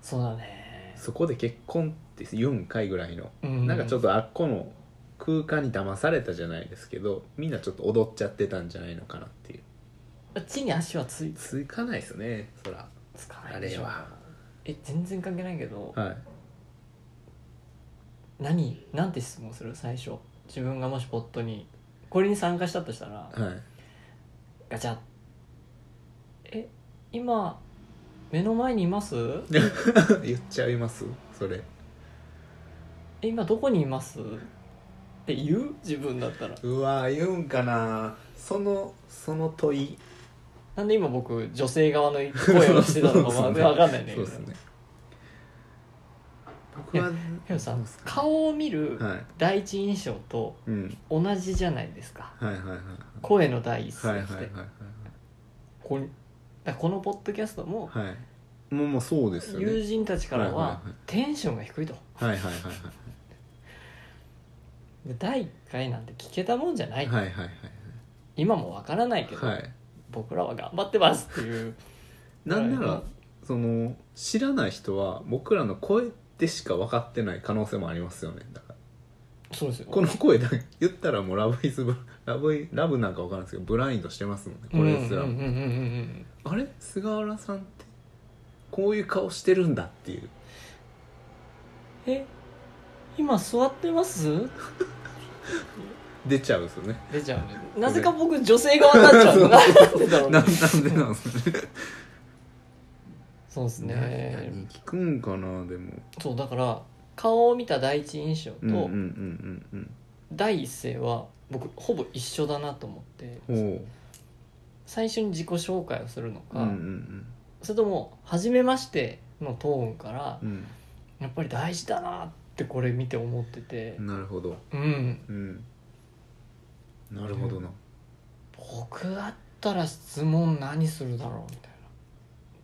[SPEAKER 3] そうだね
[SPEAKER 2] そこで結婚って言うんかいぐらいの
[SPEAKER 3] うん
[SPEAKER 2] なんかちょっとあっこの空間に騙されたじゃないですけどみんなちょっと踊っちゃってたんじゃないのかなっていう
[SPEAKER 3] 地に足はつい
[SPEAKER 2] つかないですよねそら
[SPEAKER 3] つかな
[SPEAKER 2] あ
[SPEAKER 3] いで
[SPEAKER 2] れ
[SPEAKER 3] しょ
[SPEAKER 2] は
[SPEAKER 3] え全然関係ないけど
[SPEAKER 2] はい
[SPEAKER 3] 何なんて質問する最初自分がもしポットにこれに参加したとしたら
[SPEAKER 2] はい
[SPEAKER 3] ガチャえ今目の前にいます
[SPEAKER 2] 言っちゃいますそれ
[SPEAKER 3] え今どこにいますって言う自分だったら
[SPEAKER 2] うわ言うんかなそのその問い
[SPEAKER 3] なんで今僕女性側の声をしてたのかまで分かんないんだけ
[SPEAKER 2] そう
[SPEAKER 3] ど
[SPEAKER 2] ですね僕は
[SPEAKER 3] ヒロさ
[SPEAKER 2] そうんですね
[SPEAKER 3] 顔を見る
[SPEAKER 2] はい、
[SPEAKER 3] 第一印象と
[SPEAKER 2] うん、
[SPEAKER 3] 同じじゃないですか
[SPEAKER 2] はいはいはい
[SPEAKER 3] 声の第一声
[SPEAKER 2] はい
[SPEAKER 3] っ
[SPEAKER 2] はい
[SPEAKER 3] て、
[SPEAKER 2] はい
[SPEAKER 3] こんだからこのポッドキャストも
[SPEAKER 2] はいはいもうもうそうですよね
[SPEAKER 3] 友人たちから
[SPEAKER 2] はい
[SPEAKER 3] は
[SPEAKER 2] はいはい
[SPEAKER 3] テンションが低いと
[SPEAKER 2] はいはいはい
[SPEAKER 3] で第1回なんて聞けたもんじゃない、
[SPEAKER 2] はいはいはい
[SPEAKER 3] 今もわからないけど、
[SPEAKER 2] はいはい
[SPEAKER 3] 僕らは頑張ってますっていう
[SPEAKER 2] なんなら、
[SPEAKER 3] はい
[SPEAKER 2] その知らない人は僕らの声でしか分かってない可能性もありますよねだから
[SPEAKER 3] そうですよ
[SPEAKER 2] この声だけ言ったらもうラブイズブ ラブイラブなんか分からんですけどブラインドしてますもんねこれすら、
[SPEAKER 3] うんうんうんうんうんうん
[SPEAKER 2] あれ菅原さんってこういう顔してるんだっていう
[SPEAKER 3] え今座ってます
[SPEAKER 2] 出ちゃうんですよね
[SPEAKER 3] 出ちゃうねなぜか僕女性側になっちゃうのなんでだろう
[SPEAKER 2] な
[SPEAKER 3] ね
[SPEAKER 2] なんでなんですかね
[SPEAKER 3] そうです
[SPEAKER 2] 何
[SPEAKER 3] ね
[SPEAKER 2] 何聞くんかなでも
[SPEAKER 3] そうだから顔を見た第一印象と、
[SPEAKER 2] うんうんうんうん
[SPEAKER 3] 第一声は僕ほぼ一緒だなと思って
[SPEAKER 2] うんほ
[SPEAKER 3] 最初に自己紹介をするの
[SPEAKER 2] うう
[SPEAKER 3] か、
[SPEAKER 2] んうん
[SPEAKER 3] それとも「初めまして」のトーンから
[SPEAKER 2] うん
[SPEAKER 3] やっぱり大事だなってこれ見て思ってて
[SPEAKER 2] うんなるほど
[SPEAKER 3] うん
[SPEAKER 2] うんなるほどな、
[SPEAKER 3] 僕だったら質問何するだろうみたいなっ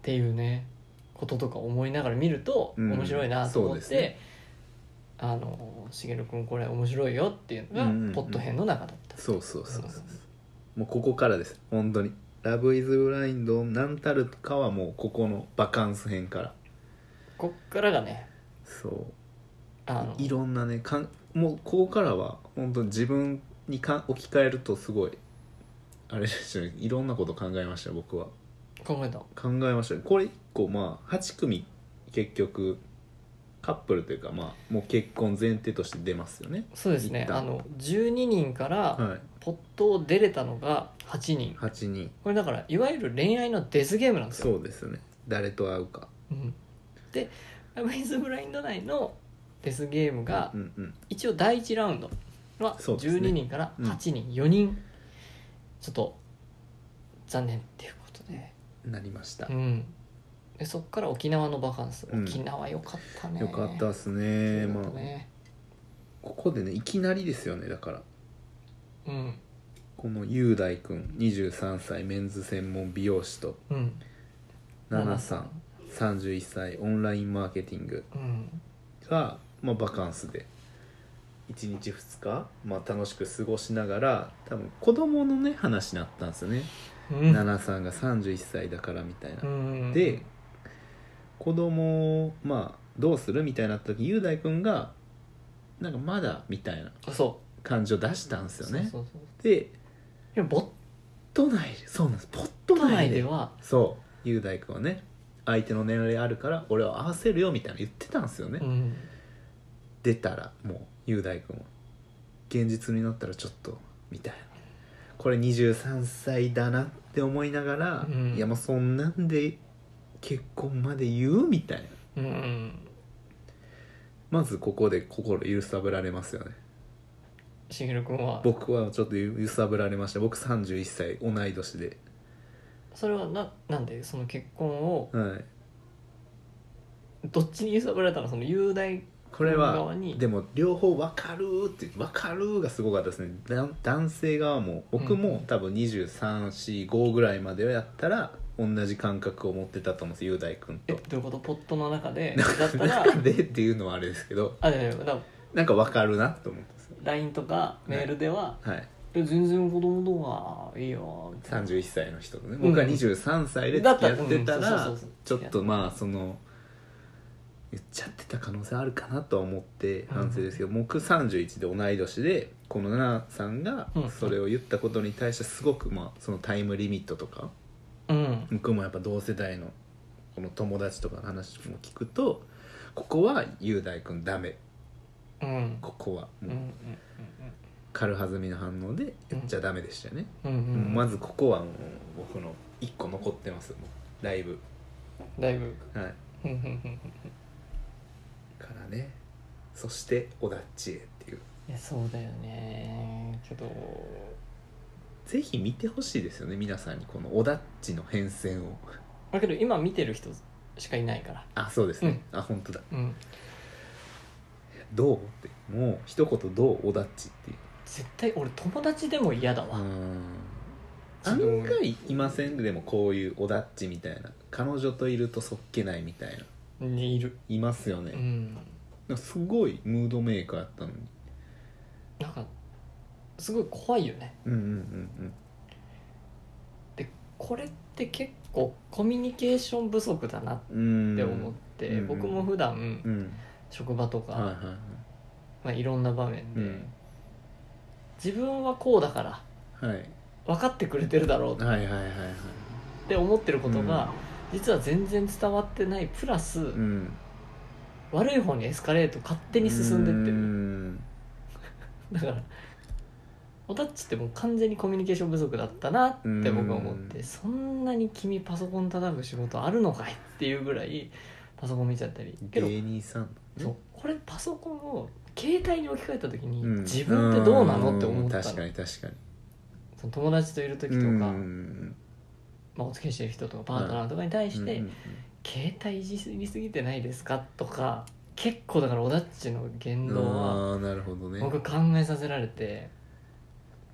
[SPEAKER 3] ていうねこととか思いながら見ると
[SPEAKER 2] うん
[SPEAKER 3] 面白いなと思
[SPEAKER 2] そう
[SPEAKER 3] っ
[SPEAKER 2] です
[SPEAKER 3] て、
[SPEAKER 2] ね
[SPEAKER 3] あのしげる君これ面白いよっていうのが
[SPEAKER 2] うんうんうん
[SPEAKER 3] ポット編の中だった、
[SPEAKER 2] そうそうそうそう
[SPEAKER 3] うん
[SPEAKER 2] もうここからです本当に「ラブイズブラインドなんたるかはもうここのバカンス編から
[SPEAKER 3] こっからがね
[SPEAKER 2] そう
[SPEAKER 3] あの
[SPEAKER 2] いろんなねかんもうここからは本当に自分にか置き換えるとすごいあれですよねいろんなこと考えました僕は
[SPEAKER 3] 考えた
[SPEAKER 2] 考えましたねこれ1個まあ8組結局カップルというかまあもう結婚前提として出ますよね
[SPEAKER 3] そうですね
[SPEAKER 2] 一旦
[SPEAKER 3] あの12人から
[SPEAKER 2] はい
[SPEAKER 3] ポットを出れたのが8人
[SPEAKER 2] 8人
[SPEAKER 3] これだからいわゆる恋愛のデスゲームなんですよ
[SPEAKER 2] そうですよね誰と会うか
[SPEAKER 3] うんで「ラブイズブラインド内のデスゲームが
[SPEAKER 2] うんうん
[SPEAKER 3] 一応第1ラウンドは
[SPEAKER 2] そうですね
[SPEAKER 3] 12人から8人、4人ちょっと残念っていうことで
[SPEAKER 2] なりました
[SPEAKER 3] うんでそっから沖縄のバカンス、
[SPEAKER 2] うん
[SPEAKER 3] 沖縄よかったね
[SPEAKER 2] よかったっすね
[SPEAKER 3] ね
[SPEAKER 2] まあ
[SPEAKER 3] ね
[SPEAKER 2] ここでねいきなりですよねだから
[SPEAKER 3] うん
[SPEAKER 2] この雄大君23歳メンズ専門美容師と
[SPEAKER 3] うん
[SPEAKER 2] 奈々さん31歳オンラインマーケティング
[SPEAKER 3] うん
[SPEAKER 2] が、まあ、バカンスで1日2日、まあ、楽しく過ごしながら多分子供のね話になったんですよね、
[SPEAKER 3] うん
[SPEAKER 2] 奈々さんが31歳だからみたいな
[SPEAKER 3] う、ん
[SPEAKER 2] で子供をまあどうするみたいな時雄大君がなんかまだみたいな
[SPEAKER 3] あそ
[SPEAKER 2] 感じを出したんです
[SPEAKER 3] う
[SPEAKER 2] よね
[SPEAKER 3] そうそうそう
[SPEAKER 2] で
[SPEAKER 3] でもボッ
[SPEAKER 2] 都内でそうなんですポット
[SPEAKER 3] ト内
[SPEAKER 2] 内で
[SPEAKER 3] では
[SPEAKER 2] そう雄大君はね相手の年齢あるから俺は合わせるよみたいな言ってたんですよね、
[SPEAKER 3] うん
[SPEAKER 2] 出たらもう雄大君は現実になったらちょっとみたいなこれ23歳だなって思いながら、
[SPEAKER 3] うん
[SPEAKER 2] いやもうそんなんで結婚まで言うみたいな
[SPEAKER 3] うんうん
[SPEAKER 2] まずここで心揺さぶられますよね
[SPEAKER 3] しげる君は
[SPEAKER 2] 僕はちょっと揺さぶられました僕31歳同い年で、
[SPEAKER 3] それはななんでその結婚を
[SPEAKER 2] はい、
[SPEAKER 3] どっちに揺さぶられたのその雄大
[SPEAKER 2] これ
[SPEAKER 3] 本
[SPEAKER 2] は
[SPEAKER 3] 側に
[SPEAKER 2] でも両方「分かる」って「分かる」がすごかったですねだ男性側も僕も多分2345ぐらいまでやったら同じ感覚を持ってたと思うんです雄大君
[SPEAKER 3] え
[SPEAKER 2] と
[SPEAKER 3] ど。ういうことポットの中 でだったら
[SPEAKER 2] 中 でっていうのはあれですけど
[SPEAKER 3] あいやいやだから
[SPEAKER 2] なんか分かるなと思ったんですよ
[SPEAKER 3] LINE とかメールでは
[SPEAKER 2] はい
[SPEAKER 3] 「え全然子供の方がいいよ」みたいな
[SPEAKER 2] 31歳の人とね僕は
[SPEAKER 3] うん
[SPEAKER 2] 23歳で
[SPEAKER 3] だ
[SPEAKER 2] や
[SPEAKER 3] ったら
[SPEAKER 2] ってた
[SPEAKER 3] うんそうそ
[SPEAKER 2] ら
[SPEAKER 3] うそう
[SPEAKER 2] ちょっとまあその言っちゃってた可能性あるかなとは思って
[SPEAKER 3] うん
[SPEAKER 2] 反省ですけど、僕31で同い年でこの奈々さんが
[SPEAKER 3] うん
[SPEAKER 2] それを言ったことに対してすごくまあそのタイムリミットとか
[SPEAKER 3] うん
[SPEAKER 2] 僕もやっぱ同世代のこの友達とかの話も聞くとここは雄大君ダメ
[SPEAKER 3] うんうん
[SPEAKER 2] ここは
[SPEAKER 3] うん
[SPEAKER 2] もう軽はずみの反応で言っちゃダメでしたよね、
[SPEAKER 3] うんうんうん
[SPEAKER 2] まずここはもう僕の1個残ってますもうだいぶ
[SPEAKER 3] だいぶ
[SPEAKER 2] はい
[SPEAKER 3] うんうんうんうん
[SPEAKER 2] からねそして「おだっちへ」っていう
[SPEAKER 3] いやそうだよねけど
[SPEAKER 2] ぜひ見てほしいですよね皆さんにこの「おだっち」の変遷を
[SPEAKER 3] だけど今見てる人しかいないから
[SPEAKER 2] あそうですね、あ本当だ
[SPEAKER 3] うん
[SPEAKER 2] 「どう?」ってもう一言「どうおだっち」っていう
[SPEAKER 3] 絶対俺友達でも嫌だ
[SPEAKER 2] うー
[SPEAKER 3] わ
[SPEAKER 2] ん
[SPEAKER 3] 自分
[SPEAKER 2] 案外いませんでもこういう「おだっち」みたいな彼女といるとそっけないみたいな
[SPEAKER 3] にいる
[SPEAKER 2] いますよ
[SPEAKER 3] う
[SPEAKER 2] ね、
[SPEAKER 3] ん
[SPEAKER 2] なんかすごいムードメーカーやったのに
[SPEAKER 3] なんかすごい怖いよね
[SPEAKER 2] うんうんうん
[SPEAKER 3] でこれって結構コミュニケーション不足だなっ
[SPEAKER 2] うんうーん
[SPEAKER 3] て思
[SPEAKER 2] う
[SPEAKER 3] って、
[SPEAKER 2] ん
[SPEAKER 3] 僕も普段
[SPEAKER 2] うん
[SPEAKER 3] 職場とか、
[SPEAKER 2] はい
[SPEAKER 3] い
[SPEAKER 2] はいはい
[SPEAKER 3] まあ、いろんな場面で、
[SPEAKER 2] うん
[SPEAKER 3] 自分はこうだから
[SPEAKER 2] はい
[SPEAKER 3] 分かってくれてるだろうっ
[SPEAKER 2] はいはいはいはい
[SPEAKER 3] て思ってることが、実は全然伝わってないプラス、
[SPEAKER 2] うん
[SPEAKER 3] 悪い方にエスカレート勝手に進んでって
[SPEAKER 2] うー
[SPEAKER 3] る
[SPEAKER 2] ん
[SPEAKER 3] だからおタッチってもう完全にコミュニケーション不足だったなって僕は思っ
[SPEAKER 2] う
[SPEAKER 3] て
[SPEAKER 2] ん
[SPEAKER 3] そんなに君パソコン叩く仕事あるのかいっていうぐらいパソコン見ちゃったりけど
[SPEAKER 2] 芸人さん
[SPEAKER 3] そうこれパソコンを携帯に置き換えた時に
[SPEAKER 2] うん
[SPEAKER 3] 自分ってどうなのって思った
[SPEAKER 2] うん
[SPEAKER 3] の
[SPEAKER 2] 確かに確かに
[SPEAKER 3] その友達といる時とか、
[SPEAKER 2] うん
[SPEAKER 3] まあ、お付き合いしてる人とかパートナーとかに対して、
[SPEAKER 2] うんうん
[SPEAKER 3] 携帯いじりすぎてないですかとか結構だからおだっちの言動は
[SPEAKER 2] あーなるほどね
[SPEAKER 3] 僕考えさせられて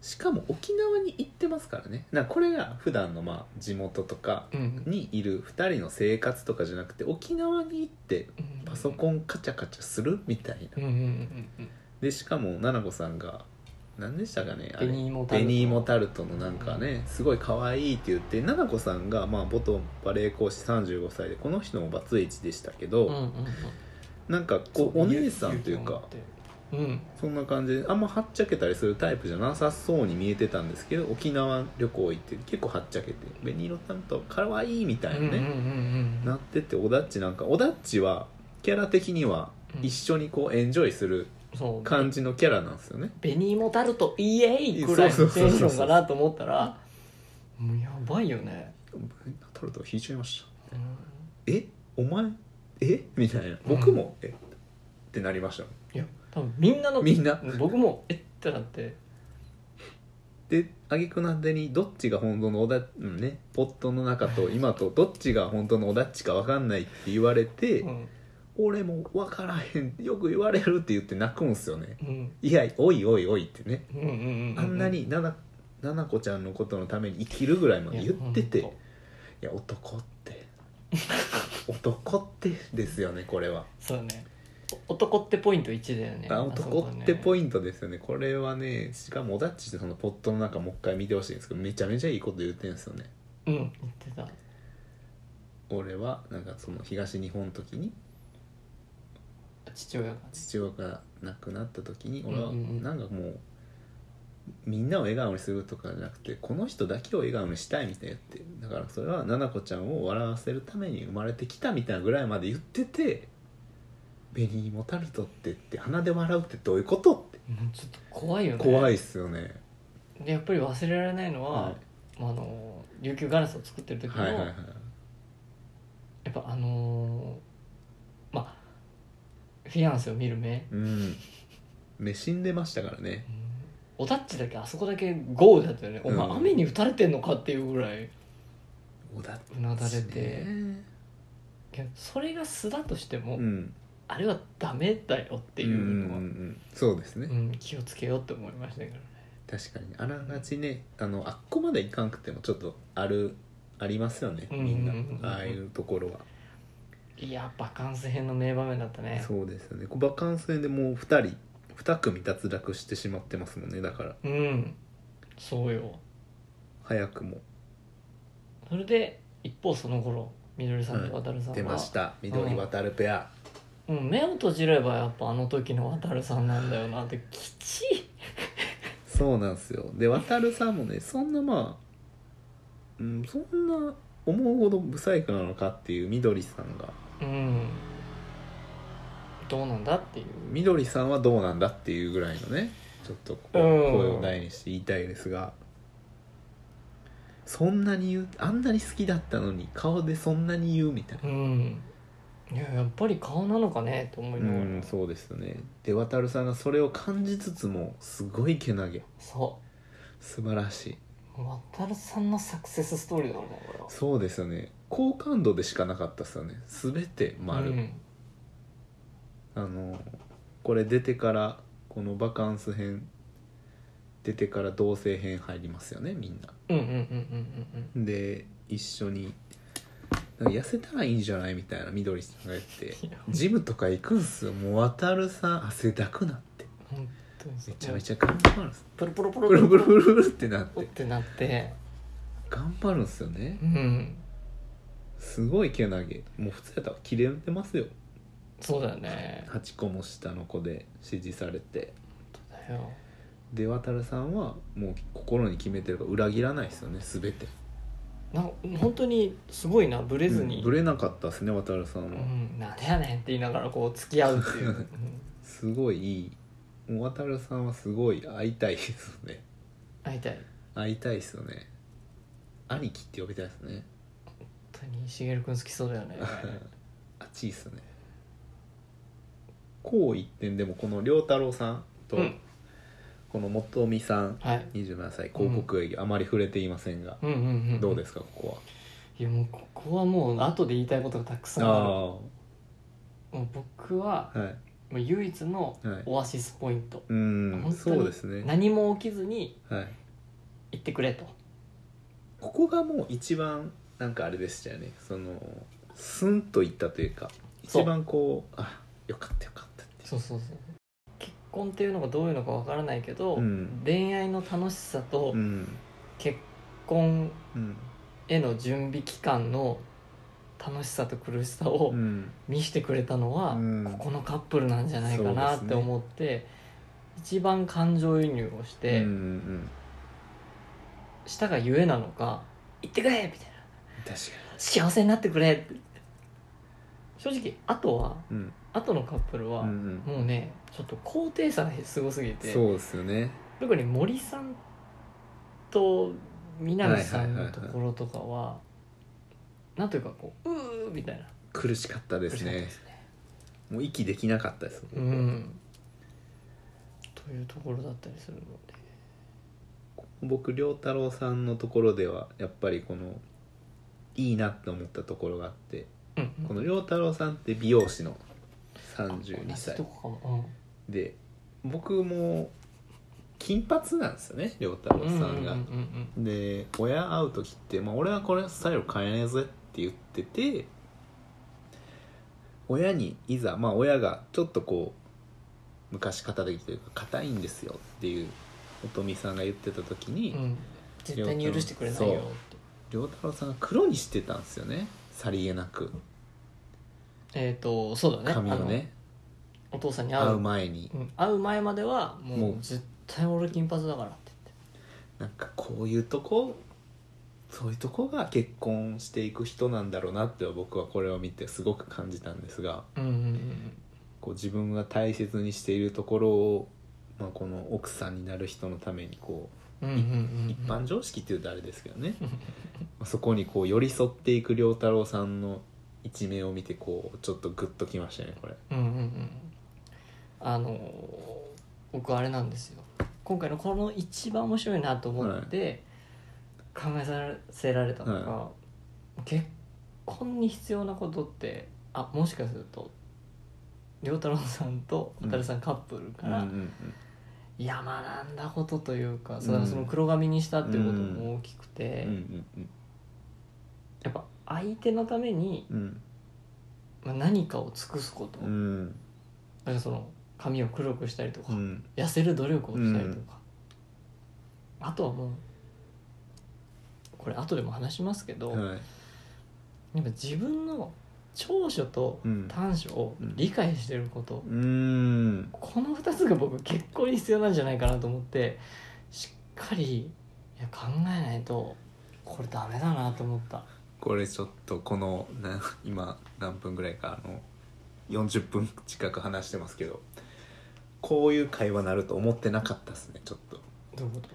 [SPEAKER 2] しかも沖縄に行ってますからねなんかこれが普段のまあ地元とか
[SPEAKER 3] うん
[SPEAKER 2] にいる2人の生活とかじゃなくて沖縄に行って
[SPEAKER 3] うん
[SPEAKER 2] パソコンカチャカチャするみたいな
[SPEAKER 3] うんうんうんうん
[SPEAKER 2] でしかも奈々子さんが何でしたかねあれ
[SPEAKER 3] 紅芋タル
[SPEAKER 2] ベ
[SPEAKER 3] ト
[SPEAKER 2] ニーモタルトのなんかねすごい可愛いって言って奈々子さんがまあ元バレエ講師35歳でこの人もバツイチでしたけど、
[SPEAKER 3] うんうんうん
[SPEAKER 2] なんかこうお姉さんというか
[SPEAKER 3] うん
[SPEAKER 2] そんな感じであんまはっちゃけたりするタイプじゃなさそうに見えてたんですけど沖縄旅行行って結構はっちゃけて「紅色担当可愛いみたいな
[SPEAKER 3] うんうんうんう
[SPEAKER 2] ね、
[SPEAKER 3] ん
[SPEAKER 2] なってておだっちなんかおだっちはキャラ的には
[SPEAKER 3] うん
[SPEAKER 2] 一緒にこうエンジョイする
[SPEAKER 3] そう
[SPEAKER 2] 感じのキャラなんですよね、
[SPEAKER 3] 紅芋タルトイエーイぐらいのテンションかなと思ったらもうやばいよね、
[SPEAKER 2] タルト引いちゃいました
[SPEAKER 3] うん
[SPEAKER 2] えお前えみたいな僕も、えってなりました
[SPEAKER 3] いや多分みんなの
[SPEAKER 2] みんな
[SPEAKER 3] 僕もえってなって
[SPEAKER 2] で挙句の果てにどっちが本当のおだ、うんね、ポットの中と今とどっちが本当のおだっちか分かんないって言われて、
[SPEAKER 3] うん
[SPEAKER 2] 俺も分からへんよく言われるって言って泣くんすよね
[SPEAKER 3] うん
[SPEAKER 2] いやおいおいおいってね
[SPEAKER 3] うんうんうんうん
[SPEAKER 2] あんなにななななこちゃんのことのために生きるぐらいまで言ってて
[SPEAKER 3] い
[SPEAKER 2] い
[SPEAKER 3] や
[SPEAKER 2] や
[SPEAKER 3] ほんと
[SPEAKER 2] 男って男ってですよねこれは
[SPEAKER 3] そうだねお男ってポイント1だよね
[SPEAKER 2] あ男ってポ
[SPEAKER 3] ン
[SPEAKER 2] イントですよねこれはねしかもおだっちってそのポットの中もう一回見てほしいんですけどめちゃめちゃいいこと言ってんですよね
[SPEAKER 3] トうん言ってた
[SPEAKER 2] 俺はなんかその東日本の時に
[SPEAKER 3] 父親が
[SPEAKER 2] 父親が亡くなった時に俺は
[SPEAKER 3] うんうんうん
[SPEAKER 2] なんかもうみんなを笑顔にするとかじゃなくてこの人だけを笑顔にしたいみたいな言ってだからそれは菜々子ちゃんを笑わせるために生まれてきたみたいなぐらいまで言ってて「紅芋タルトって」って鼻で笑うってどういうことって
[SPEAKER 3] うんちょっと怖いよね
[SPEAKER 2] 怖いっすよね
[SPEAKER 3] でやっぱり忘れられないのは、
[SPEAKER 2] はい
[SPEAKER 3] あの琉球ガラスを作ってる時の、
[SPEAKER 2] はいはいはい
[SPEAKER 3] やっぱあのーまあフィアンセを見る目、
[SPEAKER 2] うん目死んでましたからね
[SPEAKER 3] おタッチだけあそこだけ豪雨だったよね、お前
[SPEAKER 2] うん
[SPEAKER 3] 雨に打たれてんのかっていうぐらい
[SPEAKER 2] おだっ
[SPEAKER 3] うなだ
[SPEAKER 2] ち
[SPEAKER 3] れて、
[SPEAKER 2] ね
[SPEAKER 3] いやそれが素だとしても、
[SPEAKER 2] うん
[SPEAKER 3] あれはダメだよっていうのは、
[SPEAKER 2] ん
[SPEAKER 3] うん
[SPEAKER 2] んんそうですね
[SPEAKER 3] 気をつけようって思いましたけどね
[SPEAKER 2] 確かにあらがちねあのあっこまでいかんくてもちょっとあるありますよね
[SPEAKER 3] うん
[SPEAKER 2] みんな、
[SPEAKER 3] うんうんうん
[SPEAKER 2] ああいうところは、
[SPEAKER 3] いやバカンス編の名場面だったね
[SPEAKER 2] そうですよねこうバカンス編でもう2人2組脱落してしまってますもんねだから
[SPEAKER 3] うんそうよ
[SPEAKER 2] 早くも
[SPEAKER 3] それで一方その頃みどりさんと
[SPEAKER 2] は
[SPEAKER 3] わたるさん
[SPEAKER 2] 出
[SPEAKER 3] は、
[SPEAKER 2] ました緑渡るペア、
[SPEAKER 3] うん、目を閉じればやっぱあの時のわたるさんなんだよなってきちい
[SPEAKER 2] そうなんですよで渡るさんもねそんなまあ、うん、そんな思うほど不細工なのかっていう緑さんが
[SPEAKER 3] うんどうなんだっていう
[SPEAKER 2] 緑さんはどうなんだっていうぐらいのねちょっとここ
[SPEAKER 3] うん
[SPEAKER 2] 声を大にして言いたいですが、そんなに言うあんなに好きだったのに顔でそんなに言うみたいな
[SPEAKER 3] うんいややっぱり顔なのかねと思いうながら、
[SPEAKER 2] んそうですよねで渡さんがそれを感じつつもすごいけなげ
[SPEAKER 3] そ
[SPEAKER 2] 素晴らしいう
[SPEAKER 3] わたるさんのサクセスストーリーだもんねこれは
[SPEAKER 2] そうですよね好感度でしかなかったですよね全て丸、
[SPEAKER 3] うん
[SPEAKER 2] あのこれ出てからこのバカンス編出てから同性編入りますよねみんな
[SPEAKER 3] うんうんうんうんうん
[SPEAKER 2] で一緒になんか痩せたらいいんじゃないみたいなみどりさんが言って
[SPEAKER 3] いや
[SPEAKER 2] ジムとか行くんすよもう渡るさん汗だくなって
[SPEAKER 3] うん本当にそう
[SPEAKER 2] めちゃめちゃ頑張るんす
[SPEAKER 3] プルプルプル
[SPEAKER 2] ブルブルブルブルってなっ
[SPEAKER 3] プル
[SPEAKER 2] て
[SPEAKER 3] ってなって
[SPEAKER 2] 頑張るんすよね
[SPEAKER 3] うん
[SPEAKER 2] すごいけなげもう普通やったら切れてますよ
[SPEAKER 3] そうだよね
[SPEAKER 2] 8個も下の子で指示されて
[SPEAKER 3] だよ
[SPEAKER 2] で渡るさんはもう心に決めてるから裏切らないですよね全て
[SPEAKER 3] なん本当にすごいなブレずに、
[SPEAKER 2] うんぶれなかったですね渡るさん
[SPEAKER 3] う
[SPEAKER 2] は、
[SPEAKER 3] ん、なんでやねんって言いながらこう付き合うって いう、うん
[SPEAKER 2] すごいいいもう渡るさんはすごい会いたいですよね
[SPEAKER 3] 会いたい本
[SPEAKER 2] 会いたいですよね兄貴って呼びたいですね
[SPEAKER 3] 当にしげるくん好きそうだよ ね
[SPEAKER 2] あっちいいっすねこう一点でもこの良太郎さんと、
[SPEAKER 3] うん
[SPEAKER 2] この元美さん
[SPEAKER 3] はい
[SPEAKER 2] 27歳広告営業、あまり触れていませんが、
[SPEAKER 3] うんうんうん
[SPEAKER 2] どうですかここ
[SPEAKER 3] いやもうここはもう後で言いたいことがたくさん
[SPEAKER 2] は
[SPEAKER 3] あるもう僕は
[SPEAKER 2] ああはい
[SPEAKER 3] もう唯一の
[SPEAKER 2] はい
[SPEAKER 3] オアシスポイン
[SPEAKER 2] う
[SPEAKER 3] ト、本当
[SPEAKER 2] ん
[SPEAKER 3] に
[SPEAKER 2] そうですね、
[SPEAKER 3] 何も起きずに
[SPEAKER 2] はい、
[SPEAKER 3] 行ってくれと
[SPEAKER 2] ここがもう一番なんかあれでしたよねそのスンといったというか
[SPEAKER 3] そう
[SPEAKER 2] 一番こうあよかったよかったっていう
[SPEAKER 3] そうそうそう結婚っていうのがどういうのかわからないけど、
[SPEAKER 2] うん
[SPEAKER 3] 恋愛の楽しさと
[SPEAKER 2] うん
[SPEAKER 3] 結婚
[SPEAKER 2] うん
[SPEAKER 3] への準備期間の楽しさと苦しさを
[SPEAKER 2] うん
[SPEAKER 3] 見せてくれたのは、
[SPEAKER 2] うん
[SPEAKER 3] ここのカップルなんじゃないか
[SPEAKER 2] そ
[SPEAKER 3] な
[SPEAKER 2] うです
[SPEAKER 3] っ
[SPEAKER 2] ね
[SPEAKER 3] て思って、一番感情移入をして、
[SPEAKER 2] うんうん、
[SPEAKER 3] 舌がゆえなのか「行ってくれ!」みたいな
[SPEAKER 2] 確か
[SPEAKER 3] 「幸せになってくれ!」って正直あとは
[SPEAKER 2] に、うん
[SPEAKER 3] あとのカップルは、
[SPEAKER 2] うんうん、
[SPEAKER 3] もうねちょっと高低差がすごすぎて
[SPEAKER 2] そうですよね
[SPEAKER 3] 特に森さんと南さん
[SPEAKER 2] はい
[SPEAKER 3] の
[SPEAKER 2] はいはい
[SPEAKER 3] と
[SPEAKER 2] はい
[SPEAKER 3] ころとかはなんというかこう「うー」みたいな
[SPEAKER 2] 苦しかったで
[SPEAKER 3] 苦し
[SPEAKER 2] す
[SPEAKER 3] かった
[SPEAKER 2] ねもう息できなかったです、
[SPEAKER 3] うんというところだったりするので
[SPEAKER 2] こう僕良太郎さんのところではやっぱりこのいいなって思ったところがあって
[SPEAKER 3] うんうん
[SPEAKER 2] この良太郎さんって美容師の
[SPEAKER 3] 同
[SPEAKER 2] 32
[SPEAKER 3] じ
[SPEAKER 2] 歳
[SPEAKER 3] とこかも、
[SPEAKER 2] で僕も金髪なんですよね良太
[SPEAKER 3] う
[SPEAKER 2] 郎
[SPEAKER 3] ん、
[SPEAKER 2] さんが。
[SPEAKER 3] うんうんうん
[SPEAKER 2] で親会う時って、まあ、俺はこれスタイル変えねえぜって言ってて親にいざまあ親がちょっとこう昔肩書きというか硬いんですよっていう音美さんが言ってた時に、
[SPEAKER 3] うん、うん、絶対に許してくれないよって
[SPEAKER 2] 良太郎さんが黒にしてたんですよねさりげなく
[SPEAKER 3] えっ、とそうだね
[SPEAKER 2] 髪をね
[SPEAKER 3] あのお父さんに会う
[SPEAKER 2] 会う前に
[SPEAKER 3] うん、会う前まではも
[SPEAKER 2] も
[SPEAKER 3] う
[SPEAKER 2] う
[SPEAKER 3] 絶対俺金髪だからって
[SPEAKER 2] なんかこういうとこそういうとこが結婚していく人なんだろうなって僕はこれを見てすごく感じたんですが。
[SPEAKER 3] 言って、うんうんうん、
[SPEAKER 2] こう自分が大切にしているところを、まあ、この奥さんになる人のためにこ
[SPEAKER 3] うんうんうんうん
[SPEAKER 2] う一般常識っていうとあれですけどね、そこにこう寄り添っていく良太郎さんの一面を見てこうちょっとグッときましたねこれ。
[SPEAKER 3] うんうんうんあのー僕あれなんですよ今回のこの一番面白いなと思って考えさせられたのが、
[SPEAKER 2] は
[SPEAKER 3] 結婚に必要なことってあもしかすると良太郎さんと
[SPEAKER 2] うん
[SPEAKER 3] 渡るさんカップルから
[SPEAKER 2] うんうんうん
[SPEAKER 3] 山なんだことというか、
[SPEAKER 2] ん
[SPEAKER 3] そのその黒髪にしたっていうことも大きくて、
[SPEAKER 2] うんうん
[SPEAKER 3] やっぱ相手のために、
[SPEAKER 2] うん
[SPEAKER 3] まあ、何かを尽くすこと、
[SPEAKER 2] うんうん
[SPEAKER 3] なんかその髪を黒くしたりとか、
[SPEAKER 2] うん
[SPEAKER 3] 痩せる努力をしたりとか、あとはもうこれ後でも話しますけど、
[SPEAKER 2] はい
[SPEAKER 3] やっぱ自分の長所と
[SPEAKER 2] うん
[SPEAKER 3] 短所を理解してること、
[SPEAKER 2] うん
[SPEAKER 3] この2つが僕結婚に必要なんじゃないかなと思ってしっかりいや考えないとこれダメだなと思った
[SPEAKER 2] これちょっとこのな今何分ぐらいかあの40分近く話してますけどこういう会話なると思ってなかったですねちょっと。
[SPEAKER 3] どういうこ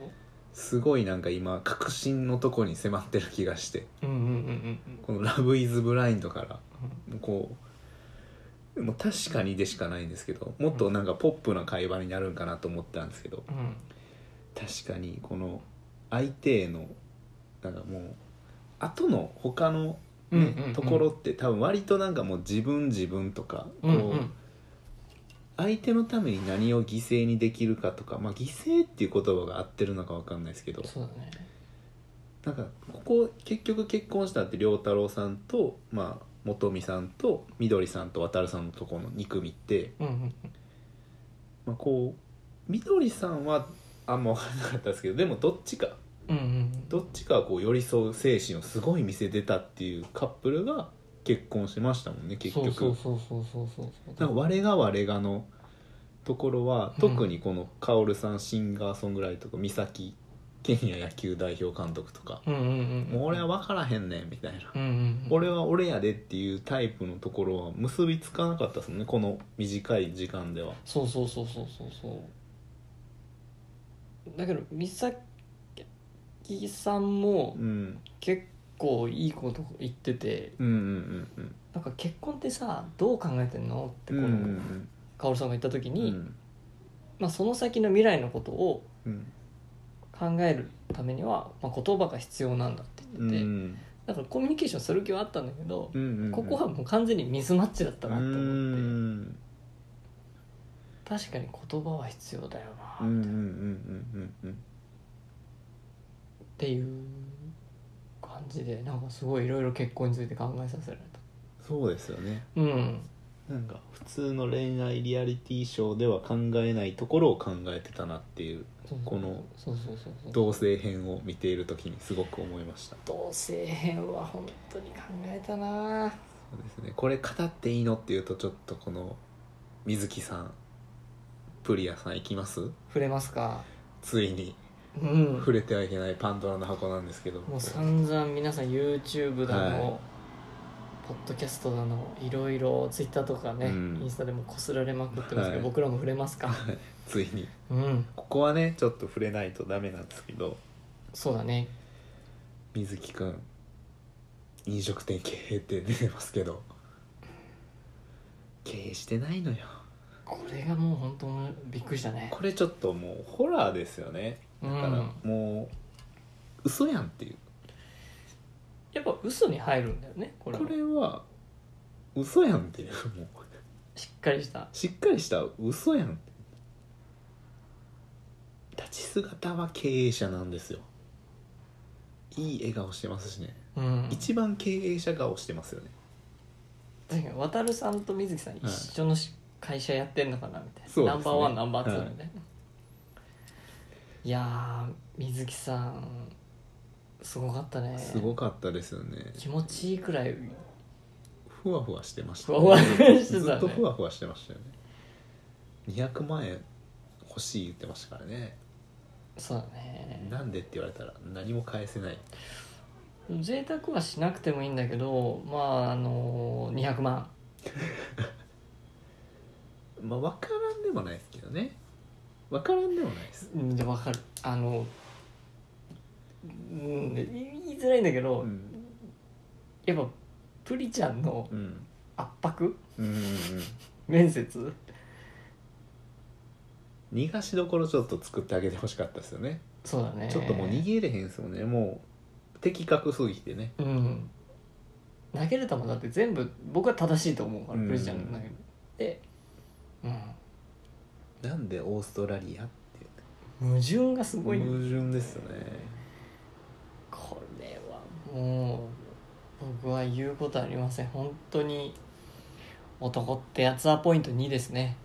[SPEAKER 2] すごいなんか今確信のとこに迫ってる気がして
[SPEAKER 3] とうんうんうんうん
[SPEAKER 2] この「ラブイズブラインドからもうこうもう確かにでしかないんですけどもっとなんかポップな会話になるんかなと思ったんですけど
[SPEAKER 3] うんうん
[SPEAKER 2] 確かにこの相手へのなんかもう後の他の
[SPEAKER 3] う
[SPEAKER 2] ね、
[SPEAKER 3] んうんうん
[SPEAKER 2] ところって多分割となんかもう自分自分とかこ
[SPEAKER 3] う
[SPEAKER 2] う、
[SPEAKER 3] んうん
[SPEAKER 2] 相手のために何を犠牲にできるかとかまあ犠牲っていう言葉が合ってるのかわかんないですけど
[SPEAKER 3] そうだね
[SPEAKER 2] なんかここ結局結婚したって良太郎さんと、まあ、元美さんとみどりさんと渡るさんのところの2組って、
[SPEAKER 3] うんうん
[SPEAKER 2] まあ、こうみどりさんはあんま分からなかったですけどでもどっちか
[SPEAKER 3] うんうん
[SPEAKER 2] どっちかはこう寄り添う精神をすごい見せてたっていうカップルが結婚しましたもんね結局
[SPEAKER 3] そうそうそうそうそうそ
[SPEAKER 2] な
[SPEAKER 3] うん
[SPEAKER 2] か我が我がのところは特にこの薫さんシンガーソングライターとか美咲ケニア野球代表監督とか、
[SPEAKER 3] うんうんうん
[SPEAKER 2] もう俺は分からへんねんみたいな
[SPEAKER 3] うんうん
[SPEAKER 2] 俺は俺やでっていうタイプのところは結びつかなかったですもんねこの短い時間では
[SPEAKER 3] そうそうそうそうそうそうだけど美咲さんも
[SPEAKER 2] うん
[SPEAKER 3] 結構いいこと言ってて
[SPEAKER 2] うんうんうん
[SPEAKER 3] なんか結婚ってさどう考えてんのって
[SPEAKER 2] うんう
[SPEAKER 3] こ
[SPEAKER 2] んう
[SPEAKER 3] の
[SPEAKER 2] ん
[SPEAKER 3] カオルさんが言った時
[SPEAKER 2] うんう
[SPEAKER 3] に、
[SPEAKER 2] ん
[SPEAKER 3] まあ、その先の未来のことを
[SPEAKER 2] うん
[SPEAKER 3] 考えるためには、まあ、言葉が必要なんだって
[SPEAKER 2] う
[SPEAKER 3] 言っ
[SPEAKER 2] ん
[SPEAKER 3] て
[SPEAKER 2] う
[SPEAKER 3] て、
[SPEAKER 2] ん
[SPEAKER 3] だからコミュニケーションする気はあったんだけど、
[SPEAKER 2] うんうん
[SPEAKER 3] ここはもう完全にミスマッチだったなって思って、
[SPEAKER 2] うん
[SPEAKER 3] 確かに言葉は必要だよ
[SPEAKER 2] う
[SPEAKER 3] な、
[SPEAKER 2] んうんうん
[SPEAKER 3] っ
[SPEAKER 2] うんうん
[SPEAKER 3] ていう感じでなんかすごいいろいろ結婚について考えさせられた
[SPEAKER 2] そうですよね
[SPEAKER 3] うん
[SPEAKER 2] なんか普通の恋愛リアリティショーでは考えないところを考えてたなっていう
[SPEAKER 3] そうそう
[SPEAKER 2] この
[SPEAKER 3] そうそうそうそう
[SPEAKER 2] 同性編を見ている時にすごく思いました
[SPEAKER 3] 同性編は本当に考えたな
[SPEAKER 2] そうですねこれ語っていいのっていうとちょっとこの水木さんプリアさん行きます
[SPEAKER 3] 触れますか
[SPEAKER 2] ついに
[SPEAKER 3] うん
[SPEAKER 2] 触れてはいけないパンドラの箱なんですけど
[SPEAKER 3] もう散々皆さん YouTube だの、
[SPEAKER 2] はい
[SPEAKER 3] ポッドキャストだのいろいろ Twitter とかね、
[SPEAKER 2] うん
[SPEAKER 3] インスタでもこすられまくってますけど、
[SPEAKER 2] はい
[SPEAKER 3] 僕らも触れます か
[SPEAKER 2] ついに
[SPEAKER 3] うん
[SPEAKER 2] ここはねちょっと触れないとダメなんですけど
[SPEAKER 3] そうだね
[SPEAKER 2] 水木くん飲食店経営って出てますけど経営してないのよ
[SPEAKER 3] これがもう本当にびっくりしたね
[SPEAKER 2] これちょっともうホラーですよね
[SPEAKER 3] う
[SPEAKER 2] だから
[SPEAKER 3] ん
[SPEAKER 2] もう嘘やんっていう
[SPEAKER 3] やっぱ嘘に入るんだよねこれは
[SPEAKER 2] これは嘘やんっていうもう
[SPEAKER 3] しっかりした
[SPEAKER 2] しっかりした嘘やん立ち姿は経営者なんですよいい笑顔してますしね、
[SPEAKER 3] うん
[SPEAKER 2] 一番経営者顔してますよね
[SPEAKER 3] 確かに渡るさんと水木さん一緒のし会社やってんのかなみたいな、
[SPEAKER 2] そうですね
[SPEAKER 3] ナンバーワンナンバーツー
[SPEAKER 2] はい
[SPEAKER 3] みたいな、い、やー水木さんすごかったね
[SPEAKER 2] すごかったですよね
[SPEAKER 3] 気持ちいいくらい
[SPEAKER 2] ふわふわしてました、
[SPEAKER 3] ふわふわしてたね
[SPEAKER 2] ずっとふわふわしてましたよね200万円欲しい言ってましたからね
[SPEAKER 3] そうだね
[SPEAKER 2] なんでって言われたら何も返せない
[SPEAKER 3] 贅沢はしなくてもいいんだけどまああのー、200万
[SPEAKER 2] まあ分からんでもないですけどね分からんでもないです
[SPEAKER 3] うんでわかるあのうん言いづらいんだけど、
[SPEAKER 2] うん
[SPEAKER 3] やっぱプリちゃんの
[SPEAKER 2] うん
[SPEAKER 3] 圧迫
[SPEAKER 2] うんうんうん
[SPEAKER 3] 面接
[SPEAKER 2] 逃がしどころちょっと作ってあげてほしかったですよね、
[SPEAKER 3] そうだね
[SPEAKER 2] ちょっともう逃げれへんですもんねもう的確すぎてね
[SPEAKER 3] うん投げる球だって全部僕は正しいと思うから
[SPEAKER 2] うん
[SPEAKER 3] プリちゃんの投げるで、うん、
[SPEAKER 2] なんでオーストラリアって
[SPEAKER 3] 矛盾がすご
[SPEAKER 2] 矛
[SPEAKER 3] い、
[SPEAKER 2] 盾ですよね
[SPEAKER 3] これはもう僕は言うことありません本当に男ってやつはポイント2ですね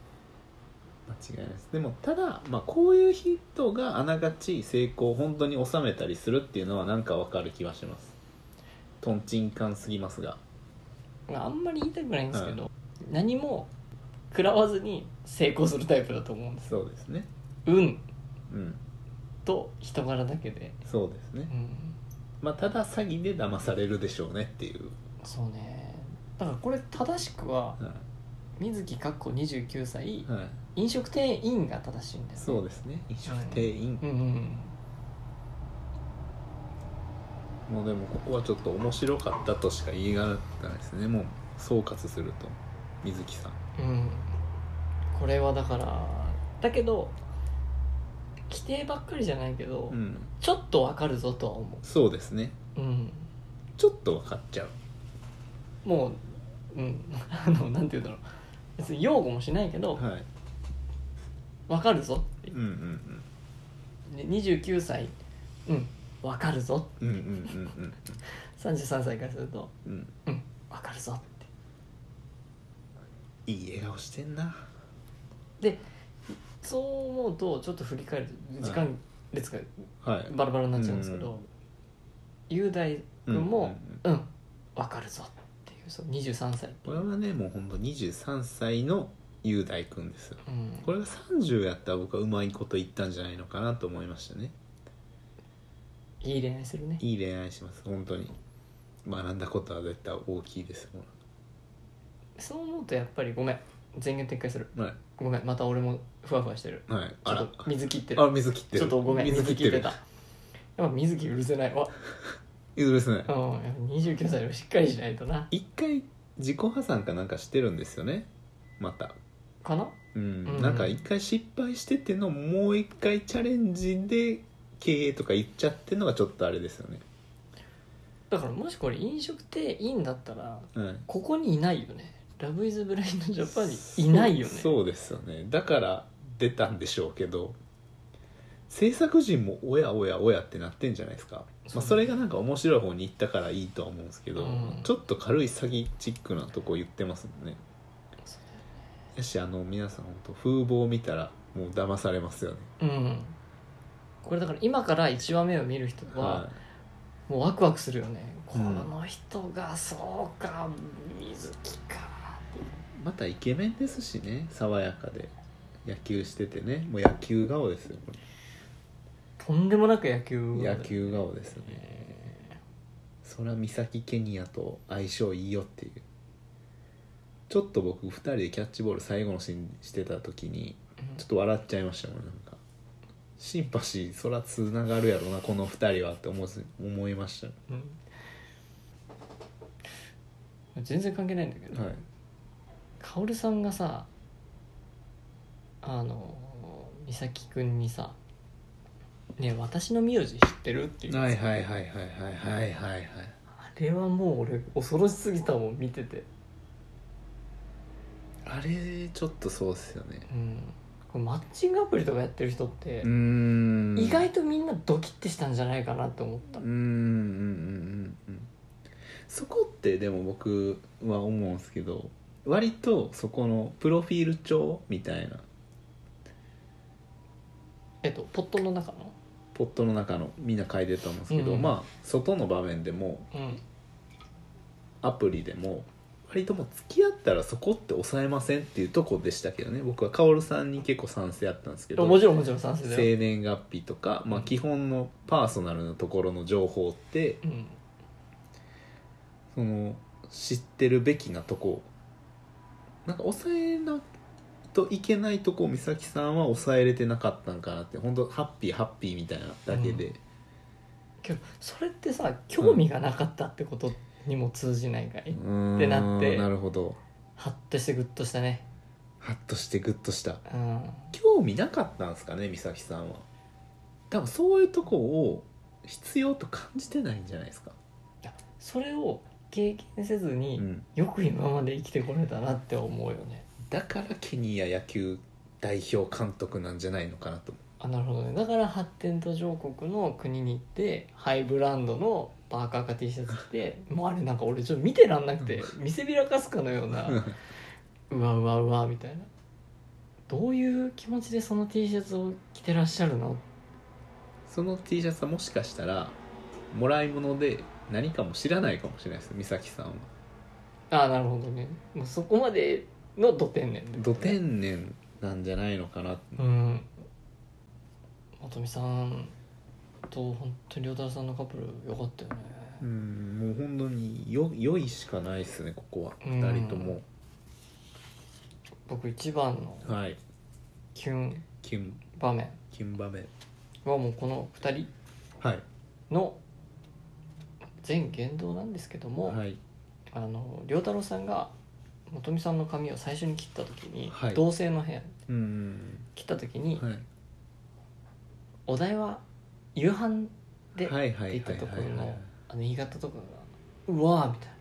[SPEAKER 2] 間違いないですでもただ、まあ、こういう人があながち成功を本当に収めたりするっていうのはなんかわかる気はしますとんちんかんすぎますが
[SPEAKER 3] あんまり言いたくないんですけど、何も食らわずに成功するタイプだと思うんです
[SPEAKER 2] そうですね
[SPEAKER 3] 運
[SPEAKER 2] うん
[SPEAKER 3] と人柄だけで
[SPEAKER 2] そうですね
[SPEAKER 3] うん
[SPEAKER 2] まあただ詐欺で騙されるでしょうねっていう、
[SPEAKER 3] そうねだからこれ正しくは
[SPEAKER 2] は
[SPEAKER 3] 水木かっこ29歳
[SPEAKER 2] いはい、
[SPEAKER 3] 飲食店員が正しいんだよね
[SPEAKER 2] そうですね飲食店員、
[SPEAKER 3] うんうん
[SPEAKER 2] もうでもここはちょっと面白かったとしか言いがたないですねもう総括すると水木さん
[SPEAKER 3] うんうんこれはだからだけど規定ばっかりじゃないけど、
[SPEAKER 2] うん
[SPEAKER 3] ちょっとわかるぞとは思
[SPEAKER 2] そうですね
[SPEAKER 3] ううん
[SPEAKER 2] ちょっと分かっちゃう
[SPEAKER 3] もううん あのなんて言うんだろう別に擁護もしないけど
[SPEAKER 2] はい
[SPEAKER 3] わかるぞって
[SPEAKER 2] うんうん
[SPEAKER 3] で29歳うんわかるぞ
[SPEAKER 2] うんうんうんうん
[SPEAKER 3] 33歳からすると
[SPEAKER 2] うんうん
[SPEAKER 3] うんわかるぞって
[SPEAKER 2] いい笑顔してんな
[SPEAKER 3] そう思うとちょっと振り返ると時間列が
[SPEAKER 2] はい
[SPEAKER 3] バラバラになっちゃうんですけ
[SPEAKER 2] うん
[SPEAKER 3] ど雄大君も
[SPEAKER 2] うん
[SPEAKER 3] うん分かるぞっていうそう23歳
[SPEAKER 2] これはねもうほんと23歳の雄大君ですよ
[SPEAKER 3] うん
[SPEAKER 2] これが30やったら僕はうまいこと言ったんじゃないのかなと思いましたね
[SPEAKER 3] いい恋愛するね
[SPEAKER 2] いい恋愛します本当に学んだことは絶対大きいですも
[SPEAKER 3] そう思うとやっぱりごめん全言撤回する
[SPEAKER 2] んはい
[SPEAKER 3] ごめんまた俺もふわふわしてる
[SPEAKER 2] はい
[SPEAKER 3] ちょ
[SPEAKER 2] あ
[SPEAKER 3] っ
[SPEAKER 2] ら
[SPEAKER 3] と水切ってる
[SPEAKER 2] あ水切ってる
[SPEAKER 3] ちょっとごめん水
[SPEAKER 2] 水
[SPEAKER 3] 切
[SPEAKER 2] 切
[SPEAKER 3] っ
[SPEAKER 2] ってて
[SPEAKER 3] た
[SPEAKER 2] た
[SPEAKER 3] やっぱ水切るせないわ
[SPEAKER 2] 許せない
[SPEAKER 3] うんやっぱ29歳でもしっかりしないとな
[SPEAKER 2] 一回自己破産かなんかしてるんですよねまた
[SPEAKER 3] かな
[SPEAKER 2] うん、
[SPEAKER 3] うん
[SPEAKER 2] なんか一回失敗してっていうのをもう一回チャレンジで経営とか言っちゃってるのがちょっとあれですよね
[SPEAKER 3] だからもしこれ飲食店員だったら
[SPEAKER 2] はい
[SPEAKER 3] ここにいないよねラブイズブラインドジャパンにいないよね
[SPEAKER 2] そうそうですよねだから出たんでしょうけど制作陣もおやおやおやってなってんじゃないですかそ,、
[SPEAKER 3] そう
[SPEAKER 2] まあ、それがなんか面白い方に行ったからいいとは思うんですけど、
[SPEAKER 3] うん
[SPEAKER 2] ちょっと軽い詐欺チックなとこ言ってますもんね
[SPEAKER 3] そう
[SPEAKER 2] やしあの皆さん本当風貌見たらもう騙されますよね
[SPEAKER 3] うんこれだから今から1話目を見る人は
[SPEAKER 2] はい
[SPEAKER 3] もうワクワクするよね、
[SPEAKER 2] うん
[SPEAKER 3] この人がそうか水木か
[SPEAKER 2] またイケメンですしね爽やかで野球しててねもう野球顔ですよこ
[SPEAKER 3] とんでもなく野球
[SPEAKER 2] れ野球顔ですよね
[SPEAKER 3] え
[SPEAKER 2] それは三崎ケニアと相性いいよっていうちょっと僕2人でキャッチボール最後のシーンしてた時に
[SPEAKER 3] ーうん
[SPEAKER 2] ちょっと笑っちゃいましたもんなんかシンパシーそらつながるやろなこの2人はって思う思いまし
[SPEAKER 3] うん全然関係ないんだけ
[SPEAKER 2] た
[SPEAKER 3] ど、
[SPEAKER 2] はい
[SPEAKER 3] カオルさんがさあの美咲くんにさね私の名字知ってる?」っていう、
[SPEAKER 2] はいはいはいはいはいはいはいはい
[SPEAKER 3] あれはもう俺恐ろしすぎたもん見てて、
[SPEAKER 2] あれちょっとそうっすよね
[SPEAKER 3] うん、これマッチングアプリとかやってる人って
[SPEAKER 2] うーん
[SPEAKER 3] 意外とみんなドキッてしたんじゃないかなって思った、
[SPEAKER 2] うんうんうんうんうんそこってでも僕は思うんですけど割とそこのプロフィール帳みたいな
[SPEAKER 3] えっとポットの中の
[SPEAKER 2] ポットの中のみんな書いてたと思うんですけど、
[SPEAKER 3] うん
[SPEAKER 2] まあ外の場面でも
[SPEAKER 3] うん
[SPEAKER 2] アプリでも割ともう付き合ったらそこって抑えませんっていうとこでしたけどね僕は薫さんに結構賛成やったんですけど
[SPEAKER 3] もちろんもちろん賛成だよ、
[SPEAKER 2] 生年月日とか、まあ、
[SPEAKER 3] うん
[SPEAKER 2] 基本のパーソナルのところの情報って
[SPEAKER 3] うん、
[SPEAKER 2] その知ってるべきなとこなんか抑えなといけないとこを美咲さんは抑えれてなかったんかなって本当ハッピーハッピーみたいなだけで、
[SPEAKER 3] けどそれってさ興味がなかったってことにも通じないかい、
[SPEAKER 2] うーん
[SPEAKER 3] ってなって
[SPEAKER 2] なるほど
[SPEAKER 3] ハッとしてグッとしたね
[SPEAKER 2] ハッとしてグッとした
[SPEAKER 3] うん
[SPEAKER 2] 興味なかったんですかね美咲さんは多分そういうとこを必要と感じてないんじゃないですか、
[SPEAKER 3] それを経験せず
[SPEAKER 2] う
[SPEAKER 3] に、
[SPEAKER 2] ん、
[SPEAKER 3] よく今まで生きてこれたなって思うよね
[SPEAKER 2] だからケニア野球代表監督なんじゃないのかなと
[SPEAKER 3] あなるほどねだから発展途上国の国に行ってハイブランドのパーカーか T シャツ着てもうあれなんか俺ちょっと見てらんなくて見せびらかすかのような
[SPEAKER 2] 思う
[SPEAKER 3] うわうわうわみたいなどういう気持ちでその T シャツを着てらっしゃるの
[SPEAKER 2] その T シャツはもしかしたらもらい物で何かも知らないかもしれないです美咲さんは
[SPEAKER 3] あなるほどねもうそこまでのド天然
[SPEAKER 2] ど天然なんじゃないのかな
[SPEAKER 3] うん元美さんと本当に亮太さんのカップルよかったよね
[SPEAKER 2] うんもう本当によ良いしかないですねここは
[SPEAKER 3] うん
[SPEAKER 2] 2人とも
[SPEAKER 3] 僕一番の
[SPEAKER 2] はい
[SPEAKER 3] キュン
[SPEAKER 2] 金
[SPEAKER 3] 場面
[SPEAKER 2] 金場面
[SPEAKER 3] はもうこの2人
[SPEAKER 2] はい
[SPEAKER 3] の全言動なんですけども、
[SPEAKER 2] はい
[SPEAKER 3] あの良太郎さんが元美さんの髪を最初に切った時に、
[SPEAKER 2] はい
[SPEAKER 3] 同性の部屋
[SPEAKER 2] うん
[SPEAKER 3] 切った時に、
[SPEAKER 2] はい
[SPEAKER 3] お題は夕飯で、
[SPEAKER 2] はいはいはい
[SPEAKER 3] って
[SPEAKER 2] はい
[SPEAKER 3] 言ったところ
[SPEAKER 2] は
[SPEAKER 3] の
[SPEAKER 2] い
[SPEAKER 3] あの言い方とかがうわーみたいな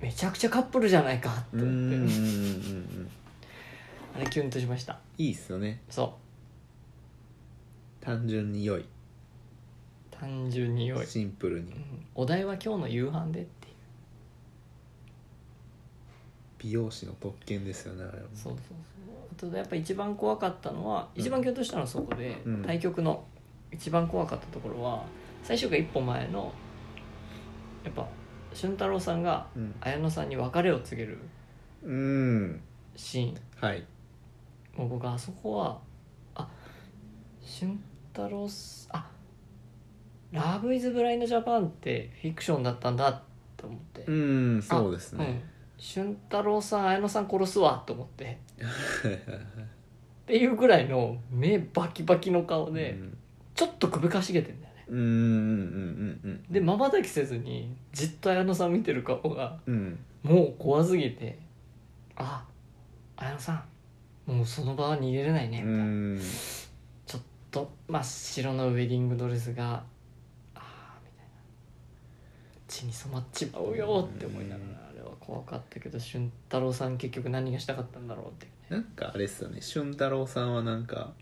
[SPEAKER 3] めちゃくちゃカップルじゃないかっ
[SPEAKER 2] う
[SPEAKER 3] て
[SPEAKER 2] んうんうんうんう
[SPEAKER 3] 思って
[SPEAKER 2] ん
[SPEAKER 3] あれキュンとしました
[SPEAKER 2] いいっすよね
[SPEAKER 3] そ
[SPEAKER 2] 単純に良いう
[SPEAKER 3] 単純に良い、
[SPEAKER 2] シンプルに
[SPEAKER 3] うんお題は今日の夕飯でっていう
[SPEAKER 2] 美容師の特権ですよねあれは
[SPEAKER 3] そうそうそうあとやっぱ一番怖かったのは
[SPEAKER 2] うん
[SPEAKER 3] 一番キュンとしたのはそこで、
[SPEAKER 2] うん
[SPEAKER 3] 対局の一番怖かったところは最初が一歩前のやっぱ俊太郎さんが
[SPEAKER 2] うん
[SPEAKER 3] 綾乃さんに別れを告げる
[SPEAKER 2] うん
[SPEAKER 3] シーン
[SPEAKER 2] はい
[SPEAKER 3] もう僕あそこはあ俊太郎すあラブイズブラインドジャパンってフィクションだったんだって思って、
[SPEAKER 2] うんそうですね、
[SPEAKER 3] うん俊太郎さん綾乃さん殺すわと思って っていうぐらいの目バキバキの顔で、
[SPEAKER 2] うん
[SPEAKER 3] ちょっと首かしげてんだよね
[SPEAKER 2] うんうんうんうん
[SPEAKER 3] でまばたきせずにじっと綾乃さん見てる顔が
[SPEAKER 2] うん
[SPEAKER 3] もう怖すぎてあ綾乃さんもうその場は逃げれないね
[SPEAKER 2] う
[SPEAKER 3] みたいなんちょっと真っ白のウェディングドレスがあーみたいな血に染まっちまうよって思いながらあれは怖かったけど俊太郎さん結局何がしたかったんだろうっていうね
[SPEAKER 2] なんかあれっすよね俊太郎さんはなんか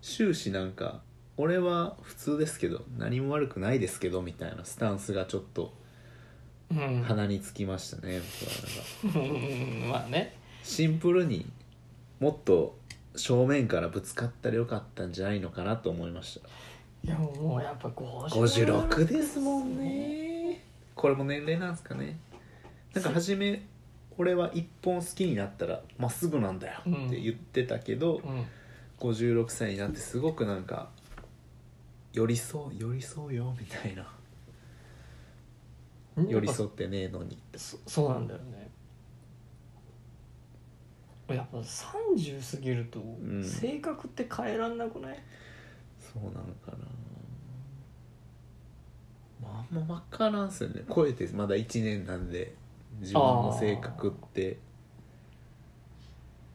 [SPEAKER 2] 終始なんか俺は普通ですけど何も悪くないですけどみたいなスタンスがちょっと
[SPEAKER 3] うん
[SPEAKER 2] 鼻につきましたね、僕はなんか
[SPEAKER 3] うん まあね
[SPEAKER 2] シンプルにもっと正面からぶつかったらよかったんじゃないのかなと思いました
[SPEAKER 3] いやもうやっぱ56
[SPEAKER 2] 56ですもんねこれも年齢なんですかねなんか初め俺は一本好きになったらまっすぐなんだよって言ってたけど、
[SPEAKER 3] うん
[SPEAKER 2] 56歳になってすごくなんか寄り添う寄り添うよみたいな寄り添ってねえのに
[SPEAKER 3] そそうなんだよねやっぱ30過ぎると
[SPEAKER 2] ん
[SPEAKER 3] 性格って変えらんなくない、
[SPEAKER 2] そうなのかなまああんま分からんすよね超えてまだ1年なんで自分の性格って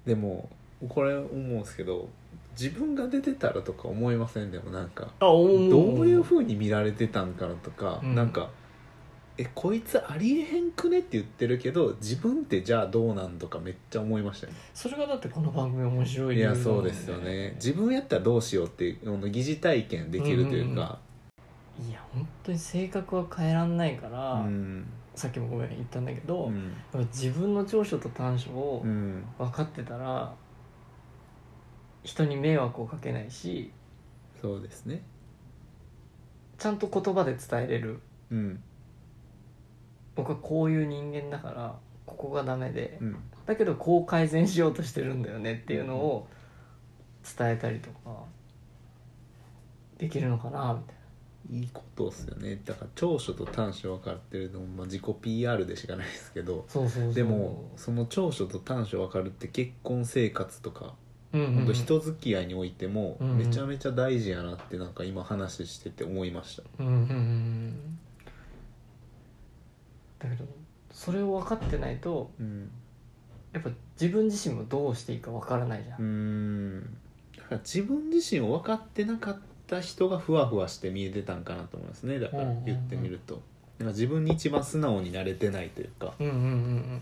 [SPEAKER 2] でもこれ思うんですけど自分が出てたらとか思いませんでもなんか
[SPEAKER 3] あおー
[SPEAKER 2] どういうふうに見られてたんかなとか、
[SPEAKER 3] うん
[SPEAKER 2] なんか「えこいつありえへんくね?」って言ってるけど自分ってじゃあどうなんとかめっちゃ思いましたね
[SPEAKER 3] それがだってこの番組面白い
[SPEAKER 2] い
[SPEAKER 3] 理由な
[SPEAKER 2] や
[SPEAKER 3] んだ
[SPEAKER 2] そ
[SPEAKER 3] よ
[SPEAKER 2] うですよね自分やったらどうしようっていうあの疑似体験できるというか
[SPEAKER 3] いや本当に性格は変えらんないから、
[SPEAKER 2] うん
[SPEAKER 3] さっきもごめん言ったんだけど、
[SPEAKER 2] う
[SPEAKER 3] やっ
[SPEAKER 2] ん
[SPEAKER 3] ぱ自分の長所と短所を
[SPEAKER 2] うん
[SPEAKER 3] 分かってたら人に迷惑をかけないし
[SPEAKER 2] そうですね
[SPEAKER 3] ちゃんと言葉で伝えれる
[SPEAKER 2] うん
[SPEAKER 3] 僕はこういう人間だからここがダメで
[SPEAKER 2] うん
[SPEAKER 3] だけどこう改善しようとしてるんだよねっていうのを伝えたりとかできるのかなみたい
[SPEAKER 2] いいことっすよねだから長所と短所分かってるのも、まあ、自己 PR でしかないですけど
[SPEAKER 3] なそうそうそう
[SPEAKER 2] でもその長所と短所分かるって結婚生活とか
[SPEAKER 3] うんうん
[SPEAKER 2] 本当人付き合いにおいても
[SPEAKER 3] うん
[SPEAKER 2] めちゃめちゃ大事やなってなんか今話してて思いました
[SPEAKER 3] うんうんうんうんだけどそれを分かってないと
[SPEAKER 2] うん
[SPEAKER 3] やっぱ自分自身もどうしていいか分からないじゃん、
[SPEAKER 2] んだから自分自身を分かってなかった人がふわふわして見えてたんかなと思いますねだから
[SPEAKER 3] うんうんうん
[SPEAKER 2] 言ってみると、なんか自分に一番素直になれてないというか
[SPEAKER 3] うん、うんうんうん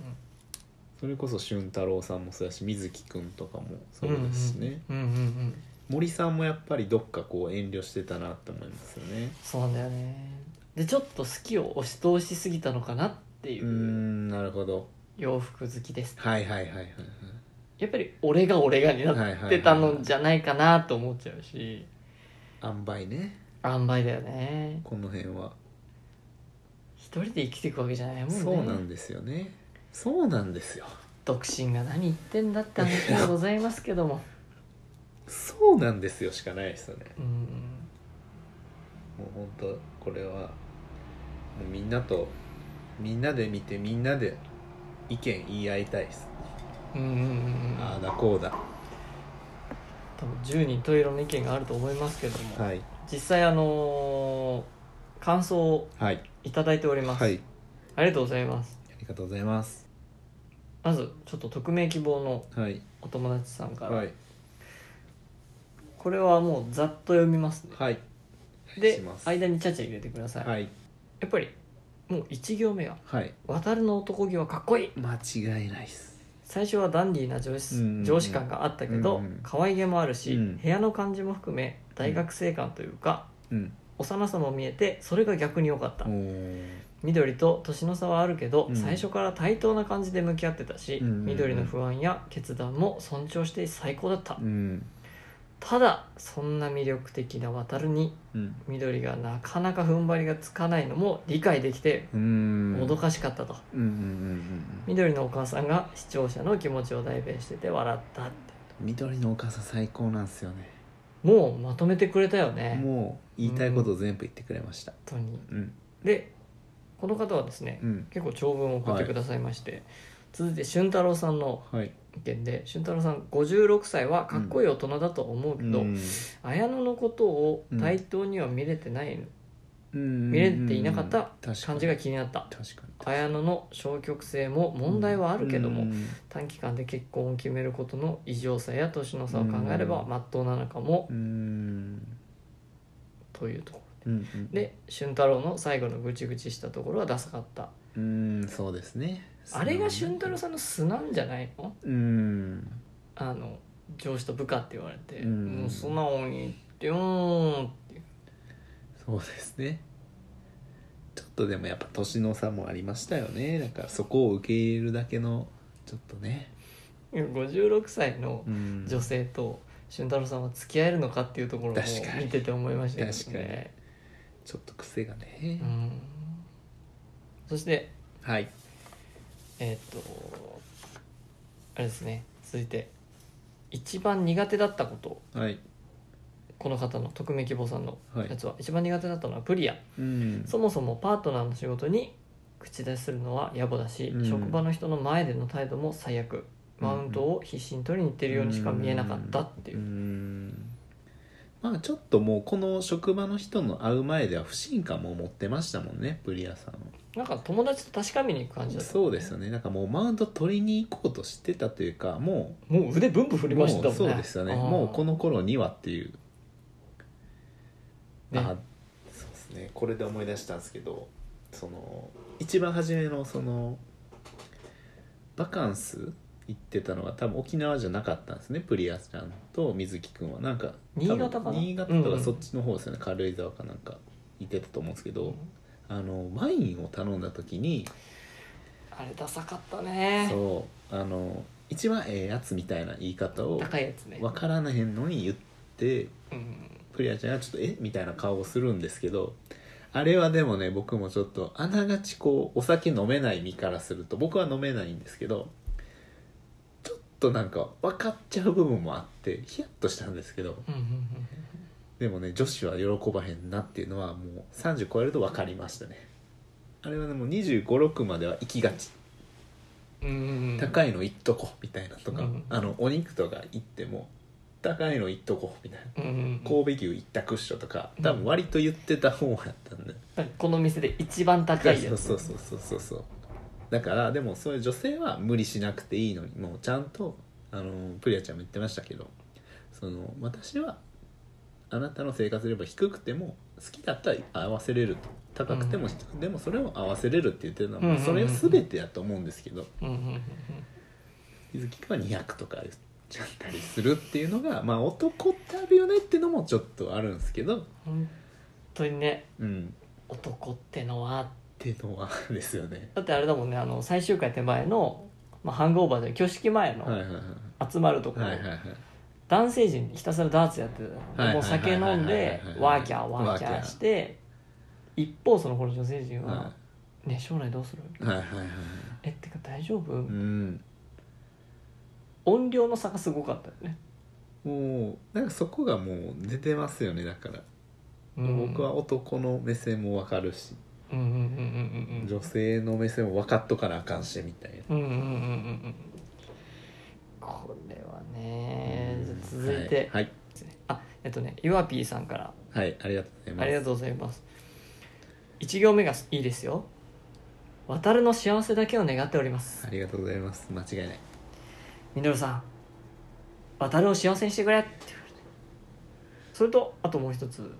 [SPEAKER 2] それこそ俊太郎さんもそうだし水木くんとかもそ
[SPEAKER 3] うん
[SPEAKER 2] うですしね、
[SPEAKER 3] うんうんうんうん
[SPEAKER 2] 森さんもやっぱりどっかこう遠慮してたなって思いますよね
[SPEAKER 3] そうなんだよねでちょっと好きを押し通しすぎたのかなっていう
[SPEAKER 2] ー
[SPEAKER 3] うん
[SPEAKER 2] なるほど
[SPEAKER 3] 洋服好きです
[SPEAKER 2] はいはいはいはい
[SPEAKER 3] やっぱり俺が俺がに
[SPEAKER 2] はい
[SPEAKER 3] な
[SPEAKER 2] はいはい
[SPEAKER 3] ってたのじゃないかなと思っちゃうし
[SPEAKER 2] 塩梅ね
[SPEAKER 3] 塩梅だよね
[SPEAKER 2] この辺は
[SPEAKER 3] 一人で生きていくわけじゃないもんね
[SPEAKER 2] そうなんですよねそうなんですよ
[SPEAKER 3] 独身が何言ってんだって話でございますけど も
[SPEAKER 2] そうなんですよしかないですよね
[SPEAKER 3] うん
[SPEAKER 2] もう本当これはもうみんなとみんなで見てみんなで意見言い合いたいです
[SPEAKER 3] うんうんうんうん
[SPEAKER 2] ああだこうだ
[SPEAKER 3] 多分10人十色の意見があると思いますけれども、
[SPEAKER 2] はい
[SPEAKER 3] 実際あのー感想を
[SPEAKER 2] はい
[SPEAKER 3] いただいております、
[SPEAKER 2] はい
[SPEAKER 3] ありがとうございます
[SPEAKER 2] ありがとうございます
[SPEAKER 3] まずちょっと匿名希望の
[SPEAKER 2] はい
[SPEAKER 3] お友達さんから、
[SPEAKER 2] はい
[SPEAKER 3] これはもうざっと読みますね
[SPEAKER 2] はい
[SPEAKER 3] で
[SPEAKER 2] します
[SPEAKER 3] 間にちゃちゃ入れてください、
[SPEAKER 2] はい
[SPEAKER 3] やっぱりもう1行目が
[SPEAKER 2] はい
[SPEAKER 3] 「渡るの男気はかっこいい
[SPEAKER 2] 間違いないっす」
[SPEAKER 3] 最初はダンディーな上司,、
[SPEAKER 2] うん
[SPEAKER 3] 上司感があったけど、
[SPEAKER 2] うん
[SPEAKER 3] 可愛げもあるし、
[SPEAKER 2] うん
[SPEAKER 3] 部屋の感じも含め大学生感というか、
[SPEAKER 2] うん
[SPEAKER 3] 幼さも見えてそれが逆に良かった、
[SPEAKER 2] おー
[SPEAKER 3] 緑と年の差はあるけど、
[SPEAKER 2] うん
[SPEAKER 3] 最初から対等な感じで向き合ってたし、
[SPEAKER 2] うんうんうん
[SPEAKER 3] 緑の不安や決断も尊重して最高だった、
[SPEAKER 2] うん
[SPEAKER 3] ただそんな魅力的な渡るに
[SPEAKER 2] うん
[SPEAKER 3] 緑がなかなか踏ん張りがつかないのも理解できて
[SPEAKER 2] うーん
[SPEAKER 3] もどかしかったと、
[SPEAKER 2] うんうんうんうん
[SPEAKER 3] 緑のお母さんが視聴者の気持ちを代弁してて笑ったって
[SPEAKER 2] 緑のお母さん最高なんですよね
[SPEAKER 3] もうまとめてくれたよね本
[SPEAKER 2] もう言いたいことを全部言ってくれました
[SPEAKER 3] 当に
[SPEAKER 2] うん
[SPEAKER 3] でこの方はですね、
[SPEAKER 2] うん
[SPEAKER 3] 結構長文を送ってくださいまして、続いて俊太郎さんの
[SPEAKER 2] はい
[SPEAKER 3] 意見で俊太郎さん56歳はかっこいい大人だと思うけど、綾野のことを対等には見れてない見
[SPEAKER 2] 見
[SPEAKER 3] れていなかった感
[SPEAKER 2] 感
[SPEAKER 3] じが気になった
[SPEAKER 2] 確かに
[SPEAKER 3] 綾野の消極性も問題はあるけども、
[SPEAKER 2] うん
[SPEAKER 3] 短期間で結婚を決めることの異常さや年の差を考えれば
[SPEAKER 2] うん
[SPEAKER 3] まっとうなのかも
[SPEAKER 2] うん
[SPEAKER 3] というとこ
[SPEAKER 2] うんうん
[SPEAKER 3] ろで俊太郎の最後のぐちぐちしたところはダサかった
[SPEAKER 2] うんそうですね
[SPEAKER 3] あれが俊太郎さんの素なんじゃないの
[SPEAKER 2] うん
[SPEAKER 3] あの上司と部下って言われて、
[SPEAKER 2] うん
[SPEAKER 3] もう素直に言ってよーんって
[SPEAKER 2] そうですねちょっとでもやっぱ年の差もありましたよねだからそこを受け入れるだけのちょっとね
[SPEAKER 3] 56歳の
[SPEAKER 2] うん
[SPEAKER 3] 女性と俊太郎さんは付き合えるのかっていうところも
[SPEAKER 2] 確かに
[SPEAKER 3] 見てて思いましたけどね、
[SPEAKER 2] ちょっと癖がね
[SPEAKER 3] うん、そして
[SPEAKER 2] はい
[SPEAKER 3] えーっとあれですね続いて一番苦手だったこと
[SPEAKER 2] はい
[SPEAKER 3] この方の匿名希望さんの
[SPEAKER 2] はい
[SPEAKER 3] やつは、一番苦手だったのはプリア
[SPEAKER 2] うん
[SPEAKER 3] そもそもパートナーの仕事に口出しするのは野暮だし、
[SPEAKER 2] うん
[SPEAKER 3] 職場の人の前での態度も最悪マウントを必死に取りに行ってるようにしか見えなかったっていうう、
[SPEAKER 2] んまあちょっともうこの職場の人の会う前では不信感も持ってましたもんねブリアさんは
[SPEAKER 3] なんか友達と確かめに行く感じだった
[SPEAKER 2] そうですよねなんかもうマウント取りに行こうとしてたというかも
[SPEAKER 3] もう腕ブンブン振
[SPEAKER 2] う
[SPEAKER 3] りましたもんね
[SPEAKER 2] もうそうですよね
[SPEAKER 3] あー
[SPEAKER 2] もうこの頃にはっていう、
[SPEAKER 3] ね
[SPEAKER 2] あそうですねこれで思い出したんですけどその一番初めのそのバカンス行ってたのは多分沖縄じゃなかったんですねプリアちゃんと水木くんはなんか多分
[SPEAKER 3] 新潟かな
[SPEAKER 2] 新潟とかそっちの方ですよね、軽井沢かなんか行ってたと思うんですけど、あのワインを頼んだ時に
[SPEAKER 3] あれダサかったね
[SPEAKER 2] そうあの一番ええやつみたいな言い方を
[SPEAKER 3] 高いやつね
[SPEAKER 2] 分からへんのに言って
[SPEAKER 3] うん
[SPEAKER 2] プリアちゃんがちょっと「えみたいな顔をするんですけどあれはでもね僕もちょっとあながちこうお酒飲めない身からすると僕は飲めないんですけどちょっとなんか分かっちゃう部分もあってヒヤッとしたんですけど
[SPEAKER 3] うんうんうん
[SPEAKER 2] でもね女子は喜ばへんなっていうのはもう30超えると分かりましたねあれはねもう2 5 6までは行きがち
[SPEAKER 3] うんうん
[SPEAKER 2] 高いの行っとこみたいなとか、
[SPEAKER 3] うん
[SPEAKER 2] あのお肉とか行っても高いの行っとこみたいな
[SPEAKER 3] うんうんうん
[SPEAKER 2] 神戸牛一択っしょとか
[SPEAKER 3] うん
[SPEAKER 2] 多分割と言ってた方やったんで、
[SPEAKER 3] なんかこの店で一番高いや
[SPEAKER 2] そう
[SPEAKER 3] つ
[SPEAKER 2] そうそうそうそうそうだからでもそういう女性は無理しなくていいのにもうちゃんとあのプリアちゃんも言ってましたけどその私はあなたの生活レベル低くても好きだったら合わせれると高くても低くてもそれを合わせれるって言ってるのはもうそれを全てやと思うんですけど、
[SPEAKER 3] うんうんうんうん
[SPEAKER 2] 水木君は200とか言っちゃったりするっていうのがまあ男ってあるよねっていうのもちょっとあるんですけど
[SPEAKER 3] 本当にね
[SPEAKER 2] うん
[SPEAKER 3] 男ってのは
[SPEAKER 2] っていうのは ですよね
[SPEAKER 3] だってあれだもんねあの最終回手前の、まあ、ハングオーバーで挙式前
[SPEAKER 2] はいはい
[SPEAKER 3] の
[SPEAKER 2] はい
[SPEAKER 3] 集まるところ、
[SPEAKER 2] はいはいはい
[SPEAKER 3] 男性陣ひたすらダーツやってた
[SPEAKER 2] は
[SPEAKER 3] の
[SPEAKER 2] い
[SPEAKER 3] もう酒飲んで
[SPEAKER 2] はいはいはいはい
[SPEAKER 3] ワーキャーワーキャーして一方その頃女性陣は
[SPEAKER 2] は
[SPEAKER 3] 「ね将来どうする?
[SPEAKER 2] いはいはいはい」
[SPEAKER 3] えってか大丈夫、
[SPEAKER 2] うん
[SPEAKER 3] 音量の差がすごかったよね、
[SPEAKER 2] もうなんかそこがもう出てますよねだから、
[SPEAKER 3] うん、
[SPEAKER 2] 僕は男の目線もわかるし、
[SPEAKER 3] うんうんうんうんうん
[SPEAKER 2] 女性の目線も分かっとかなあかんしみたいな
[SPEAKER 3] うんうんうんうんうんこれはねじゃあ続いて、
[SPEAKER 2] はい
[SPEAKER 3] あえっとねゆわぴーさんから
[SPEAKER 2] はい、はいありがとうございます
[SPEAKER 3] ありがとうございます1行目がいいですよ渡るの幸せだけを願っております
[SPEAKER 2] ありがとうございます間違いない
[SPEAKER 3] みのるさん渡るを幸せにしてくれって言われてそれとあともう一つ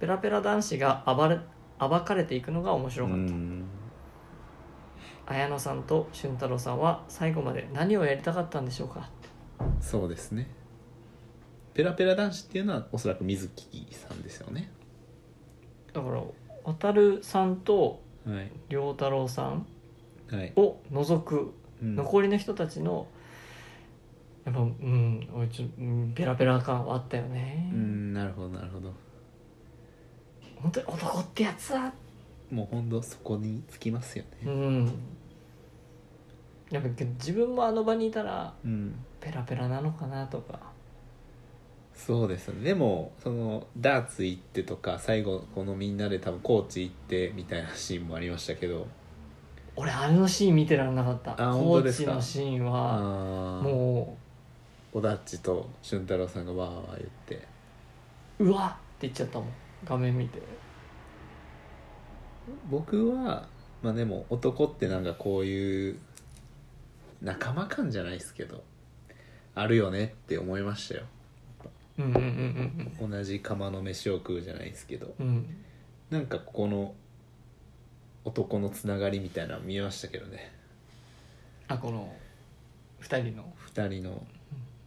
[SPEAKER 3] ペラペラ男子が暴れ暴かれていくのが面白かっ
[SPEAKER 2] ん
[SPEAKER 3] た、綾乃さんと俊太郎さんは最後まで何をやりたかったんでしょうか
[SPEAKER 2] そうですねペラペラ男子っていうのはおそらく水木さんですよね
[SPEAKER 3] だから渡るさんと
[SPEAKER 2] はい
[SPEAKER 3] 良太郎さん
[SPEAKER 2] はい、
[SPEAKER 3] を除く
[SPEAKER 2] うん
[SPEAKER 3] 残りの人たちのやっぱうんおいちょうんペラペラ感はあったよね、
[SPEAKER 2] うんなるほどなるほど
[SPEAKER 3] 本当に男ってやつは
[SPEAKER 2] もうほんとそこにつきますよ
[SPEAKER 3] う
[SPEAKER 2] ね
[SPEAKER 3] んやっぱけど自分もあの場にいたら
[SPEAKER 2] うん、
[SPEAKER 3] ペラペラなのかなとか
[SPEAKER 2] そうですねでもそのダーツ行ってとか最後このみんなで多分高知行ってみたいなシーンもありましたけど
[SPEAKER 3] 俺あれのシーン見てられなかった
[SPEAKER 2] あ
[SPEAKER 3] コ
[SPEAKER 2] 本当
[SPEAKER 3] ー
[SPEAKER 2] です
[SPEAKER 3] チ
[SPEAKER 2] か
[SPEAKER 3] のシーンは
[SPEAKER 2] ああも
[SPEAKER 3] も
[SPEAKER 2] うおだっちと俊太郎さんがわーわー言って
[SPEAKER 3] ううわって言っちゃったもん画面見て
[SPEAKER 2] 僕はまあでも男ってなんかこういう仲間感じゃないですけどあるよねって思いましたよ
[SPEAKER 3] うんうんうん
[SPEAKER 2] 同じ釜の飯を食うじゃないですけど
[SPEAKER 3] うんうんうん
[SPEAKER 2] なんかここの男のつながりみたいなの見えましたけどね
[SPEAKER 3] あこの二人の
[SPEAKER 2] 2人の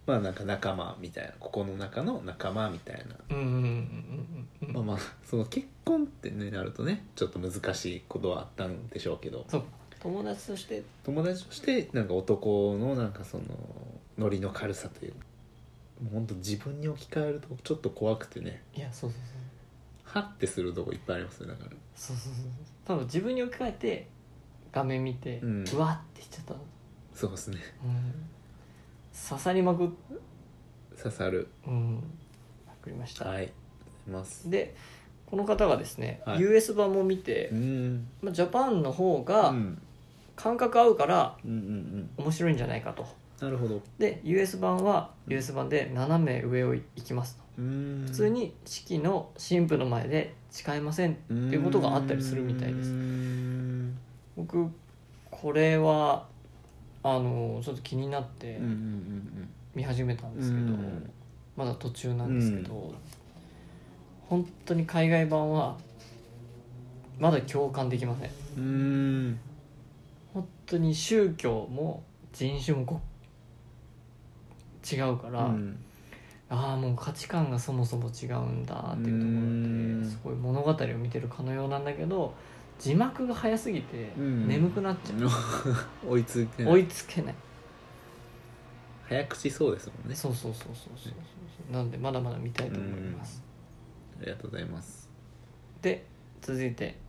[SPEAKER 2] まあなんか仲間みたいなここの中の仲間みたいな
[SPEAKER 3] うんうんうんうんうん
[SPEAKER 2] まあまあその結婚ってねなるとねちょっと難しいことはあったんでしょうけど
[SPEAKER 3] そう友達として
[SPEAKER 2] 友達としてなんか男のなんかそのノリの軽さというもうほんと自分に置き換えるとちょっと怖くてね
[SPEAKER 3] いやそうそう
[SPEAKER 2] ハッてするとこいっぱいありますねだから
[SPEAKER 3] そうそうそうそう多分自分に置き換えて画面見て、う
[SPEAKER 2] うん
[SPEAKER 3] わって言っちゃった、
[SPEAKER 2] そうですね
[SPEAKER 3] うん、刺さりまくっ
[SPEAKER 2] 刺さる
[SPEAKER 3] うんまくりました、
[SPEAKER 2] はいありがとうございます
[SPEAKER 3] でこの方がですね、
[SPEAKER 2] はい
[SPEAKER 3] US 版も見て
[SPEAKER 2] う、ん
[SPEAKER 3] まあ、ジャパンの方
[SPEAKER 2] う
[SPEAKER 3] が
[SPEAKER 2] ん
[SPEAKER 3] 感覚合うから
[SPEAKER 2] うんうんうん
[SPEAKER 3] 面白いんじゃないかと
[SPEAKER 2] なるほど
[SPEAKER 3] で US 版は
[SPEAKER 2] うん
[SPEAKER 3] US 版で斜め上を行きますと
[SPEAKER 2] 普
[SPEAKER 3] 普通に式の神父の前で誓いませんっていうことがあったりするみたいです
[SPEAKER 2] うーん
[SPEAKER 3] 僕これはあのちょっと気になって
[SPEAKER 1] うんうん
[SPEAKER 3] 見始めたん
[SPEAKER 1] うんう
[SPEAKER 3] ですけど、
[SPEAKER 1] ん
[SPEAKER 3] まだ途中なんですけど、本当に海外版はまだ共感できません
[SPEAKER 1] うん
[SPEAKER 3] 本当に宗教も人種もこ違うから、
[SPEAKER 1] うん
[SPEAKER 3] ああもう価値観がそもそも違うんだっていうところ
[SPEAKER 1] うん
[SPEAKER 3] ですごい物語を見てるかのようなんだけど字幕が早すぎて
[SPEAKER 1] うん
[SPEAKER 3] 眠くなっちゃう、
[SPEAKER 1] 追いつけな
[SPEAKER 3] 追
[SPEAKER 1] い
[SPEAKER 3] いつけない
[SPEAKER 2] 早口そうですもんね
[SPEAKER 3] そうそうそうそうそうそうなのでまだまだ見たいと思います、
[SPEAKER 2] ありがとうございます
[SPEAKER 3] で続いて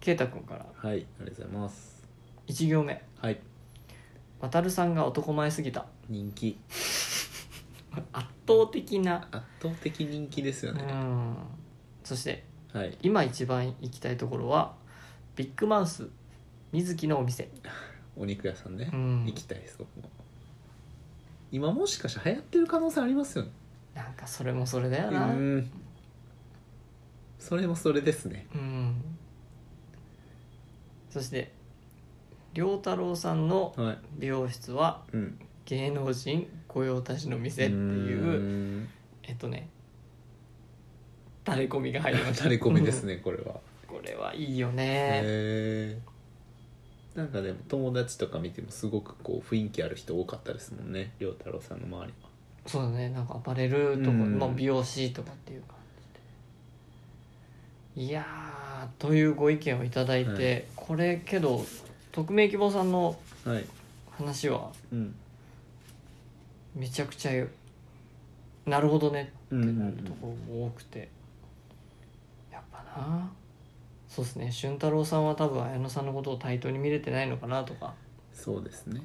[SPEAKER 3] 圭太君から
[SPEAKER 2] はいありがとうございます
[SPEAKER 3] 1行目
[SPEAKER 2] はい
[SPEAKER 3] 「渡るさんが男前すぎた
[SPEAKER 2] 人気」
[SPEAKER 3] 圧倒的な
[SPEAKER 2] 圧倒的人気ですよ
[SPEAKER 3] う
[SPEAKER 2] ね、
[SPEAKER 3] んそして
[SPEAKER 2] はい
[SPEAKER 3] 今一番行きたいところはビッグマウス水木のお店、
[SPEAKER 2] お肉屋さんね、
[SPEAKER 3] うん
[SPEAKER 2] 行きたいです僕も今もしかしたら流行ってる可能性ありますよね
[SPEAKER 3] なんかそれもそれだよ
[SPEAKER 2] う
[SPEAKER 3] な、
[SPEAKER 2] んそれもそれですね
[SPEAKER 3] うんそして良太郎さんの
[SPEAKER 2] はい
[SPEAKER 3] 美容室は
[SPEAKER 2] うん
[SPEAKER 3] 芸能人御用達の店っていう
[SPEAKER 2] うん
[SPEAKER 3] えっとね垂れ込みが入りました
[SPEAKER 2] 垂れ込みですねこれは
[SPEAKER 3] これはいいよね
[SPEAKER 2] へえんかでも友達とか見てもすごくこう雰囲気ある人多かったですもんね良太郎さんの周りは
[SPEAKER 3] そうだねなんかアパレルとか、
[SPEAKER 2] うん
[SPEAKER 3] まあ、美容師とかっていう感じでいやーというご意見をいただいて、
[SPEAKER 2] はい
[SPEAKER 3] これけど匿名希望さんの
[SPEAKER 2] はい
[SPEAKER 3] 話は
[SPEAKER 2] うん
[SPEAKER 3] めちゃくちゃなるほどね
[SPEAKER 2] う
[SPEAKER 3] っ
[SPEAKER 2] んう
[SPEAKER 3] て
[SPEAKER 2] んう
[SPEAKER 3] なる
[SPEAKER 2] ん
[SPEAKER 3] ところも多くて、やっぱなそうですね俊太郎さんは多分綾乃さんのことを対等に見れてないのかなとか
[SPEAKER 2] そうですね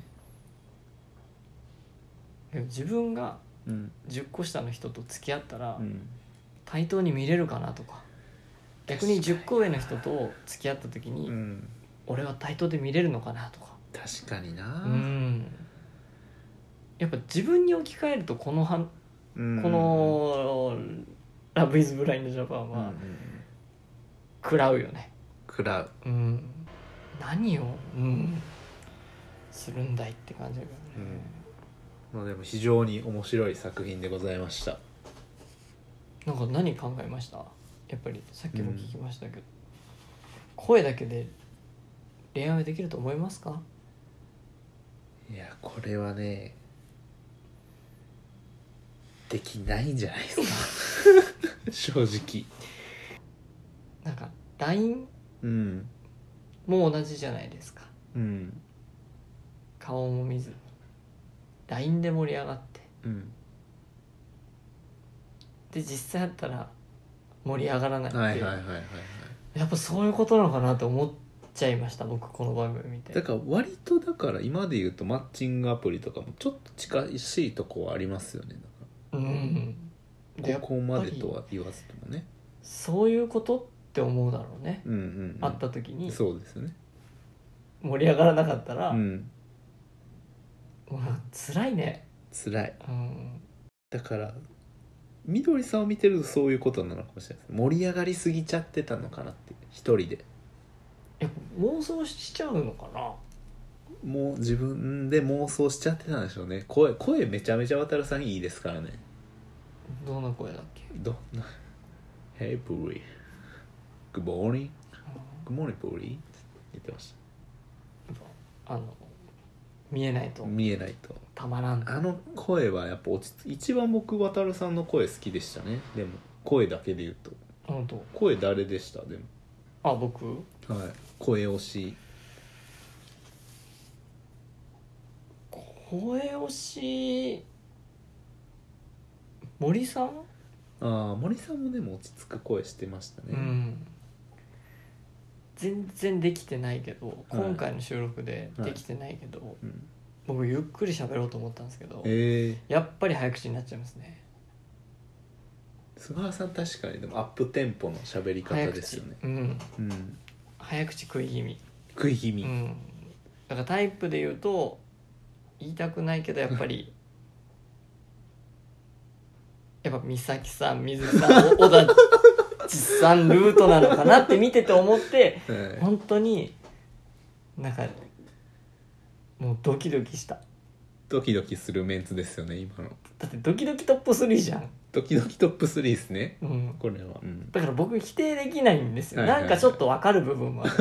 [SPEAKER 3] でも自分が
[SPEAKER 2] うん
[SPEAKER 3] 10個下の人と付き合ったら
[SPEAKER 2] うん
[SPEAKER 3] 対等に見れるかなとか逆に10個上の人と付き合った時に
[SPEAKER 2] うん
[SPEAKER 3] 俺は対等で見れるのかなとか
[SPEAKER 2] 確かに
[SPEAKER 3] う
[SPEAKER 2] な、
[SPEAKER 3] んやっぱ自分に置き換えるとこのはん
[SPEAKER 2] うん
[SPEAKER 3] この「ラブ・イズ・ブラインド・ジャパ
[SPEAKER 2] うんう
[SPEAKER 3] ン」
[SPEAKER 2] んう
[SPEAKER 3] は
[SPEAKER 2] ん
[SPEAKER 3] 食らうよね、
[SPEAKER 2] 食らう
[SPEAKER 3] うん、何を、うん、するんだいって感じだけどね、
[SPEAKER 2] まあでも非常に面白い作品でございました
[SPEAKER 3] なんか何考えましたやっぱりさっきも聞きましたけど、声だけで恋愛できると思いますか
[SPEAKER 2] いやこれはねできないんじゃないですか 正直
[SPEAKER 3] なんか LINE
[SPEAKER 2] うん
[SPEAKER 3] も同じじゃないですか
[SPEAKER 2] うん
[SPEAKER 3] 顔も見ず LINE で盛り上がって
[SPEAKER 2] うん
[SPEAKER 3] で実際会ったら盛り上がらないっていう、
[SPEAKER 2] はいはいはいはいはい
[SPEAKER 3] やっぱそういうことなのかなと思っちゃいました僕この番組見て
[SPEAKER 2] だから割とだから今で言うとマッチングアプリとかもちょっと近しいとこはありますよねだか
[SPEAKER 3] うんで
[SPEAKER 2] ら
[SPEAKER 3] やっ
[SPEAKER 2] ここまでとは言わずともね
[SPEAKER 3] そういうことって思うだろうね、
[SPEAKER 2] うんうん、
[SPEAKER 3] 会った時に
[SPEAKER 2] そうですよね
[SPEAKER 3] 盛り上がらなかったら、
[SPEAKER 2] うん
[SPEAKER 3] もうなんか辛いね、
[SPEAKER 2] 辛い
[SPEAKER 3] うん、
[SPEAKER 2] だからみどりさんを見てるとそういうことなのかもしれないです盛り上がりすぎちゃってたのかなって一人で
[SPEAKER 3] やっぱ妄想しちゃうのかな
[SPEAKER 2] もう自分で妄想しちゃってたんでしょうね声声めちゃめちゃ渡るさんいいですからね
[SPEAKER 3] どんな声だっけ
[SPEAKER 2] どんな「Hey Puri Good morning
[SPEAKER 3] う
[SPEAKER 2] Good morning Puri」言ってまし
[SPEAKER 3] んあの見えない
[SPEAKER 2] た
[SPEAKER 3] と
[SPEAKER 2] 見えないと
[SPEAKER 3] たまらん
[SPEAKER 2] あの声はやっぱ落ち着一番僕渡るさんの声好きでしたねでも声だけで言うと
[SPEAKER 3] 本当
[SPEAKER 2] 声誰でしたでも
[SPEAKER 3] あ僕
[SPEAKER 2] はい声推し
[SPEAKER 3] 声推し森さん、
[SPEAKER 2] ああ森さんもでも落ち着く声してましたね、
[SPEAKER 3] うん全然できてないけど、今回の収録で
[SPEAKER 2] はい
[SPEAKER 3] できてないけど、
[SPEAKER 2] うん
[SPEAKER 3] 僕ゆっくり喋ろうと思ったんですけど
[SPEAKER 2] ええ
[SPEAKER 3] やっぱり早口になっちゃいますね
[SPEAKER 2] 菅原さん確かにでもアップテンポの喋り方
[SPEAKER 3] 早口
[SPEAKER 2] ですよね
[SPEAKER 3] うん
[SPEAKER 2] うん
[SPEAKER 3] 早口食い気味
[SPEAKER 2] 食い気味、
[SPEAKER 3] うんだからタイプで言うと言いたくないけどやっぱり やっぱ美咲さん水木さん小 田ちっさんルートなのかなって見てて思って
[SPEAKER 2] はい
[SPEAKER 3] 本当になんかもうドキドキした
[SPEAKER 2] ドキドキするメンツですよね今の
[SPEAKER 3] だってドキドキトップ3じゃん、
[SPEAKER 2] ドキドキトップ3ですね
[SPEAKER 3] うん、
[SPEAKER 2] これは、うん、
[SPEAKER 3] だから僕否定できないんですよ、
[SPEAKER 2] はいはいはい
[SPEAKER 3] なんかちょっとわかる部分もある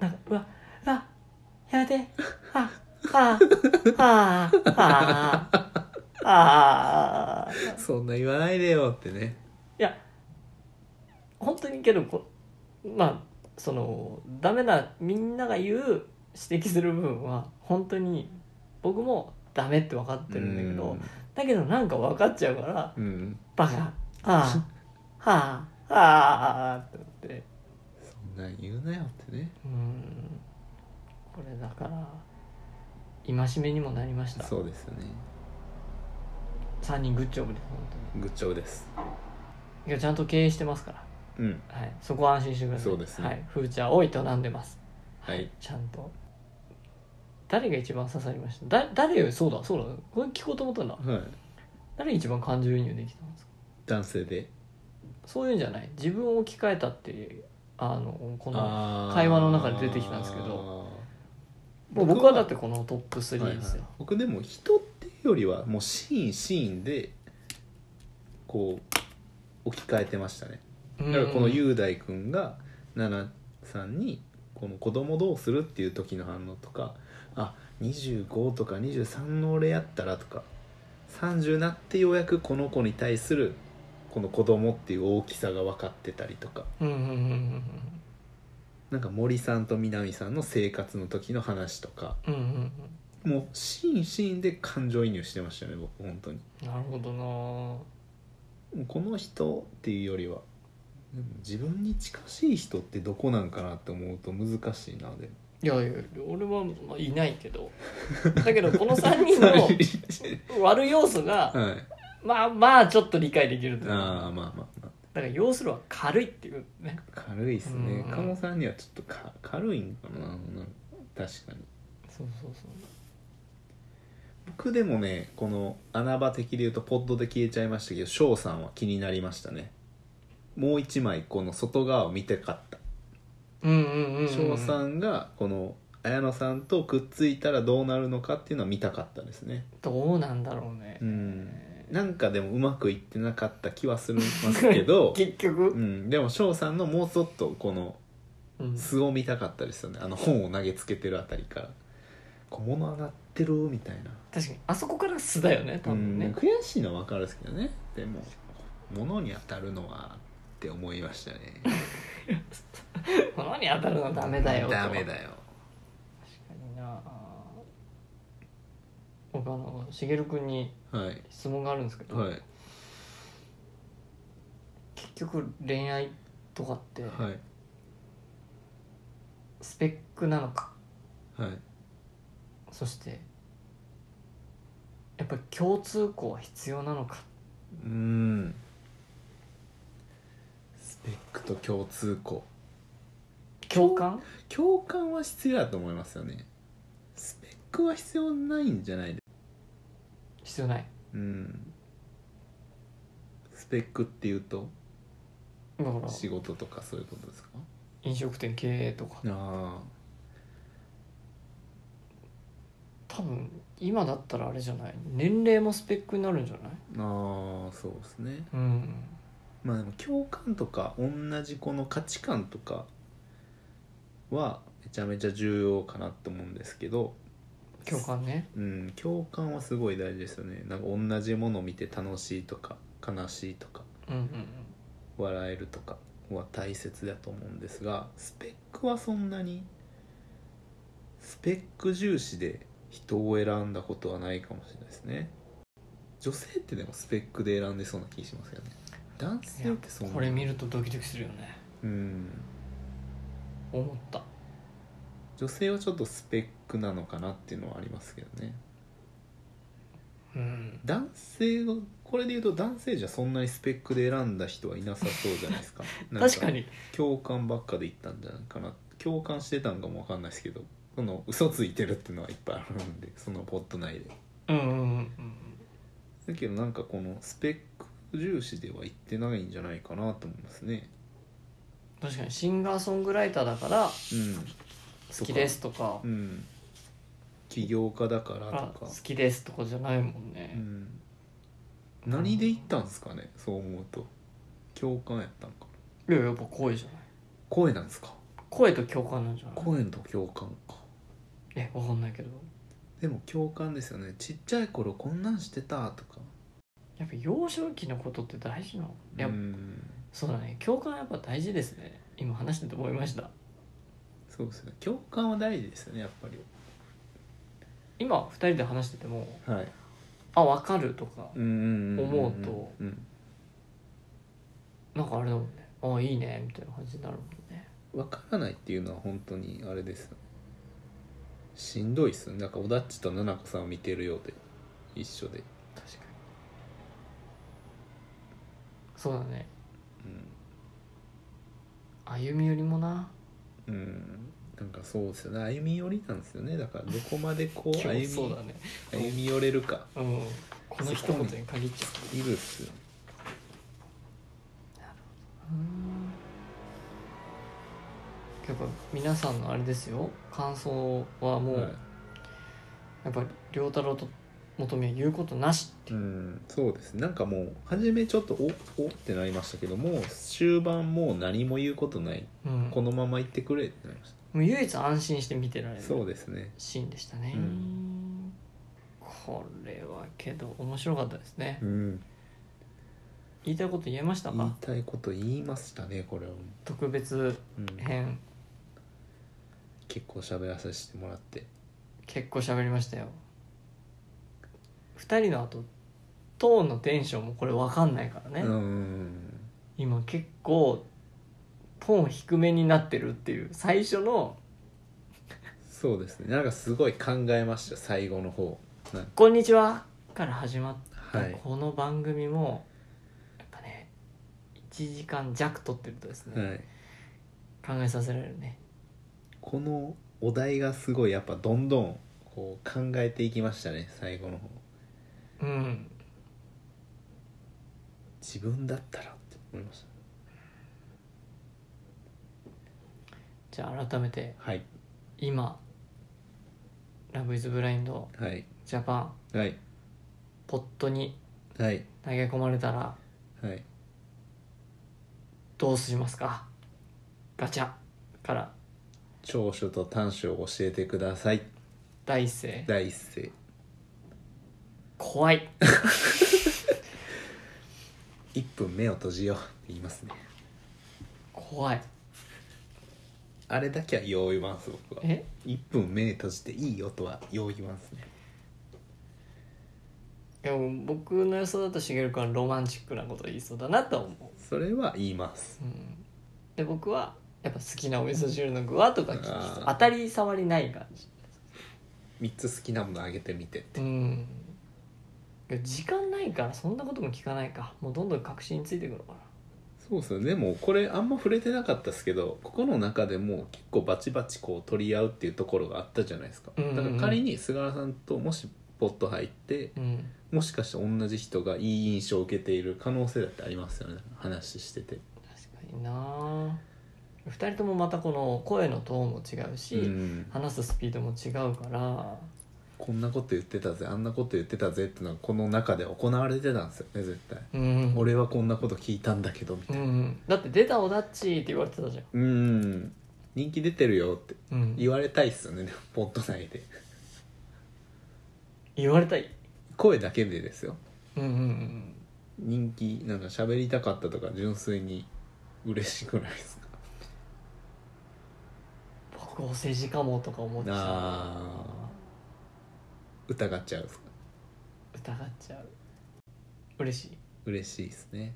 [SPEAKER 3] なんかうわうわやであああああああ
[SPEAKER 1] そんな言わないでよってね
[SPEAKER 3] いや本当にけどこまあそのダメなみんなが言う指摘する部分は本当に僕もダメって分かってるんだけどだけどなんか分かっちゃうから
[SPEAKER 2] うん、うん、
[SPEAKER 3] バカああはあはあって思って
[SPEAKER 2] そんなん言うなよってね
[SPEAKER 3] うんこれだから戒めにもなりました
[SPEAKER 2] そうですよね
[SPEAKER 3] 3人グッジョブです本当に
[SPEAKER 2] グッチョブです
[SPEAKER 3] いやちゃんと経営してますから
[SPEAKER 2] うん
[SPEAKER 3] はい、そこは安心してください。
[SPEAKER 2] そうですね
[SPEAKER 3] はい、フーチャーを営んでます。
[SPEAKER 2] はい
[SPEAKER 3] ちゃんと。誰が一番刺さりましただ誰よそうだそうだこれ聞こうと思ったんだ
[SPEAKER 2] はい
[SPEAKER 3] 誰が一番感情移入できたんですか
[SPEAKER 2] 男性で
[SPEAKER 3] そういうんじゃない自分を置き換えたっていうあのこの会
[SPEAKER 2] 会
[SPEAKER 3] 話の中で出てきたんですけどもう僕はだってこのトップ
[SPEAKER 2] はいは
[SPEAKER 3] 3
[SPEAKER 2] い
[SPEAKER 3] ですよ、
[SPEAKER 2] 僕でも人っていうよりはもうシーンシーンでこう置き換えてましたねだからこの
[SPEAKER 3] う
[SPEAKER 2] 雄大君が奈々さんにこの子供どうするっていう時の反応とかあ25とか23の俺やったらとか30になってようやくこの子に対するこの子供っていう大きさが分かってたりとか
[SPEAKER 3] んうんうんうん
[SPEAKER 2] なんか森さんと南さんの生活の時の話とか
[SPEAKER 3] うんうんうん
[SPEAKER 2] もうシーンシーンで感情移入してましたよね僕本当に
[SPEAKER 3] うんなるほどな
[SPEAKER 2] もうこの人っていうよりはでも自分に近しい人ってどこなんかなって思うと難しいなでも
[SPEAKER 3] いやいや俺はまあいない けどだけどこの3人の悪い要素が
[SPEAKER 2] はい
[SPEAKER 3] まあまあちょっと理解できると思う
[SPEAKER 2] ああまあまあまあ
[SPEAKER 3] だから要するは軽いっていうね
[SPEAKER 2] 軽いっすね
[SPEAKER 3] うん
[SPEAKER 2] 鴨さんにはちょっとか軽いんかななんか確かに
[SPEAKER 3] そうそうそ
[SPEAKER 2] 僕でもねこの穴場的で言うとポッドで消えちゃいましたけど翔さんは気になりましたねもう一枚この外側を見てかった
[SPEAKER 3] ううんうんうんうん
[SPEAKER 2] 翔さんがこの綾乃さんとくっついたらどうなるのかっていうのは見たかったですね
[SPEAKER 3] どうなんだろうね、
[SPEAKER 2] うんなんかでもうまくいってなかった気はするんですけ ど、
[SPEAKER 3] 結
[SPEAKER 2] う
[SPEAKER 3] 局、
[SPEAKER 2] ん、でも翔さんのもうちょっとこの
[SPEAKER 3] うん
[SPEAKER 2] 素を見たかったですよねあの本を投げつけてるあたりから小物上がってるみたいな、
[SPEAKER 3] 確かにあそこから素だよね多分
[SPEAKER 2] うん
[SPEAKER 3] ね、
[SPEAKER 2] 悔しいのは分かるんですけどねでも物に当たるのはって思いましたね
[SPEAKER 3] このに当たるのはダメだよと
[SPEAKER 2] ダメだよ
[SPEAKER 3] 確かにな僕あのしげるくんに
[SPEAKER 2] はい
[SPEAKER 3] 質問があるんですけど、
[SPEAKER 2] はい
[SPEAKER 3] 結局恋愛とかって
[SPEAKER 2] はい
[SPEAKER 3] スペックなのか、
[SPEAKER 2] はい
[SPEAKER 3] そしてやっぱり共通項は必要なのか
[SPEAKER 2] うんスペックと共通項
[SPEAKER 3] 共感
[SPEAKER 2] 共感は必要だと思いますよねスペックは必要ないんじゃないで
[SPEAKER 3] 必要ない
[SPEAKER 2] うんスペックっていうと
[SPEAKER 3] だから
[SPEAKER 2] 仕事とかそういうことですか
[SPEAKER 3] 飲食店経営とか
[SPEAKER 2] あ
[SPEAKER 3] 多分今だったらあれじゃない年齢もスペックになるんじゃない
[SPEAKER 2] あああそうですね
[SPEAKER 3] うん
[SPEAKER 2] まあでも共感とか同じこの価値観とかはめちゃめちゃ重要かなと思うんですけど
[SPEAKER 3] 共感ね
[SPEAKER 2] うん共感はすごい大事ですよねなんか同じものを見て楽しいとか悲しいとか
[SPEAKER 3] うんうん
[SPEAKER 2] 笑えるとかは大切だと思うんですがスペックはそんなにスペック重視で人を選んだことはないかもしれないですね女性ってでもスペックで選んでそうな気しますよね男性ってそ
[SPEAKER 3] うんん
[SPEAKER 2] な
[SPEAKER 3] これ見るとドキドキするよね
[SPEAKER 2] うん
[SPEAKER 3] 思った
[SPEAKER 2] 女性はちょっとスペックなのかなっていうのはありますけどね
[SPEAKER 3] うん
[SPEAKER 2] 男性はこれで言うと男性じゃそんなにスペックで選んだ人はいなさそうじゃないです かなん
[SPEAKER 3] 確かに
[SPEAKER 2] 共感ばっかで言ったんじゃないかな共感してたんかもわかんないですけどその嘘ついてるっていうのはいっぱいあるんでそのポット内で
[SPEAKER 3] うんうんうんうん
[SPEAKER 2] だけどなんかこのスペック重視では言ってないんじゃないかなと思いますね
[SPEAKER 3] 確かにシンガーソングライターだから
[SPEAKER 2] うん
[SPEAKER 3] 好きですとか
[SPEAKER 2] うん、起業家だからと
[SPEAKER 3] あ
[SPEAKER 2] か
[SPEAKER 3] 好、きですとかじゃないもんね、
[SPEAKER 2] うん、何で行ったんですかねそう思うと共感やったんかない
[SPEAKER 3] ややっぱ声じゃない
[SPEAKER 2] 声なんですか
[SPEAKER 3] 声と共感なんじゃない
[SPEAKER 2] 声と共感か
[SPEAKER 3] えわかんないけど
[SPEAKER 2] でも共感ですよねちっちゃい頃こんなんしてたとか
[SPEAKER 3] やっぱ幼少期のことって大事なのいや、
[SPEAKER 2] うん
[SPEAKER 3] そうだね共感やっぱ大事ですね今話してて思いました
[SPEAKER 2] そうですね共感は大事ですよねやっぱり
[SPEAKER 3] 今2人で話してても
[SPEAKER 2] はい
[SPEAKER 3] あ分かるとか
[SPEAKER 2] うん
[SPEAKER 3] 思うと
[SPEAKER 2] うん、
[SPEAKER 3] なんかあれだもんねあいいねみたいな感じになるもんね
[SPEAKER 2] 分からないっていうのは本当にあれですよねしんどいっすよねなんかおだっちとななこさんを見てるようで一緒で、
[SPEAKER 3] 確かにそうだね歩みよりもな
[SPEAKER 2] うん、うん、なんかそうですよね歩み寄りなんですよねだからどこまでこう
[SPEAKER 3] 今
[SPEAKER 2] 歩み
[SPEAKER 3] 日そうだね
[SPEAKER 2] 歩み寄れるか
[SPEAKER 3] うんこの一言に限っちゃう
[SPEAKER 2] いるっすよ
[SPEAKER 3] うんやっぱ皆さんのあれですよ感想はもう、
[SPEAKER 2] はい
[SPEAKER 3] やっぱり良太郎と求めは言うことなしって
[SPEAKER 2] うん、そうですなんかもう初めちょっとおおってなりましたけどもう終盤もう何も言うことない
[SPEAKER 3] うん
[SPEAKER 2] このまま行ってくれってなりまし
[SPEAKER 3] もう唯一安心して見てられ
[SPEAKER 2] た
[SPEAKER 3] る
[SPEAKER 2] そうですね
[SPEAKER 3] シーンでしたね、
[SPEAKER 2] う
[SPEAKER 3] これはけど面白かったですね、
[SPEAKER 2] うん
[SPEAKER 3] 言いたいこと言えましたか、
[SPEAKER 2] 言いたいこと言いましたねこれはも
[SPEAKER 3] 特別
[SPEAKER 2] う、うん、
[SPEAKER 3] 編
[SPEAKER 2] 結構喋らさせてもらって
[SPEAKER 3] 結構喋りましたよ2人の後トーンのテンションもこれ分かんないからね、
[SPEAKER 2] うん
[SPEAKER 3] 今結構トーン低めになってるっていう最初の
[SPEAKER 2] そうですねなんかすごい考えました最後の方なん
[SPEAKER 3] 「こんにちは」から始まった
[SPEAKER 2] はい、
[SPEAKER 3] この番組もやっぱね1時間弱撮ってるとですね、
[SPEAKER 2] はい、
[SPEAKER 3] 考えさせられるね
[SPEAKER 2] このお題がすごいやっぱどんどんこう考えていきましたね最後の方
[SPEAKER 3] うん
[SPEAKER 2] 自分だったらって思いました
[SPEAKER 3] じゃあ改めて
[SPEAKER 2] はい
[SPEAKER 3] 今「ラブイズブラインド
[SPEAKER 2] はい
[SPEAKER 3] ジャパン
[SPEAKER 2] はい
[SPEAKER 3] ポットに
[SPEAKER 2] はい
[SPEAKER 3] 投げ込まれたら
[SPEAKER 2] はい
[SPEAKER 3] どうしますかガチャから
[SPEAKER 2] 長所と短所を教えてください
[SPEAKER 3] 第一声
[SPEAKER 2] 第一声
[SPEAKER 3] 怖い
[SPEAKER 2] 一分目を閉じようって言いますね
[SPEAKER 3] 怖い
[SPEAKER 2] あれだけはよう言います僕は
[SPEAKER 3] え
[SPEAKER 2] 一分目閉じていいよとはよう言いますね
[SPEAKER 3] でも僕の予想だとしげるくんはロマンチックなこと言いそうだなとは思
[SPEAKER 2] それは言います
[SPEAKER 3] う、うん、で僕はやっぱ好きなお味噌汁の具はとか聞きそう
[SPEAKER 2] あー
[SPEAKER 3] 当たり障りない感じ
[SPEAKER 2] 三つ好きなものあげてみて
[SPEAKER 3] うんいや時間ないからそんなことも聞かないかもうどんどん確信についてくるのかな
[SPEAKER 2] そうですよねもうこれあんま触れてなかったですけどここの中でも結構バチバチこう取り合うっていうところがあったじゃないですか
[SPEAKER 3] う
[SPEAKER 2] だ
[SPEAKER 3] んうんうん
[SPEAKER 2] から仮に菅原さんともしポット入って
[SPEAKER 3] うん
[SPEAKER 2] もしかして同じ人がいい印象を受けている可能性だってありますよね話してて
[SPEAKER 3] 確かにな2人ともまたこの声のトーンも違うし、
[SPEAKER 2] うん
[SPEAKER 3] 話すスピードも違うから
[SPEAKER 2] こんなこと言ってたぜあんなこと言ってたぜってのはこの中で行われてたんですよね絶対
[SPEAKER 3] うん
[SPEAKER 2] 俺はこんなこと聞いたんだけどみた
[SPEAKER 3] う
[SPEAKER 2] いな、
[SPEAKER 3] んだって出たおだっちって言われてたじゃん
[SPEAKER 2] うーん人気出てるよって
[SPEAKER 3] うん
[SPEAKER 2] 言われたいっすよねでもポット内で
[SPEAKER 3] 言われたい
[SPEAKER 2] 声だけでですよ
[SPEAKER 3] うんうんうん
[SPEAKER 2] 人気なんか喋りたかったとか純粋に嬉しくないですか
[SPEAKER 3] 僕お世辞かもとか思っちゃ
[SPEAKER 2] あー疑っちゃうんですか
[SPEAKER 3] う疑っちゃう嬉しい
[SPEAKER 2] 嬉しいですね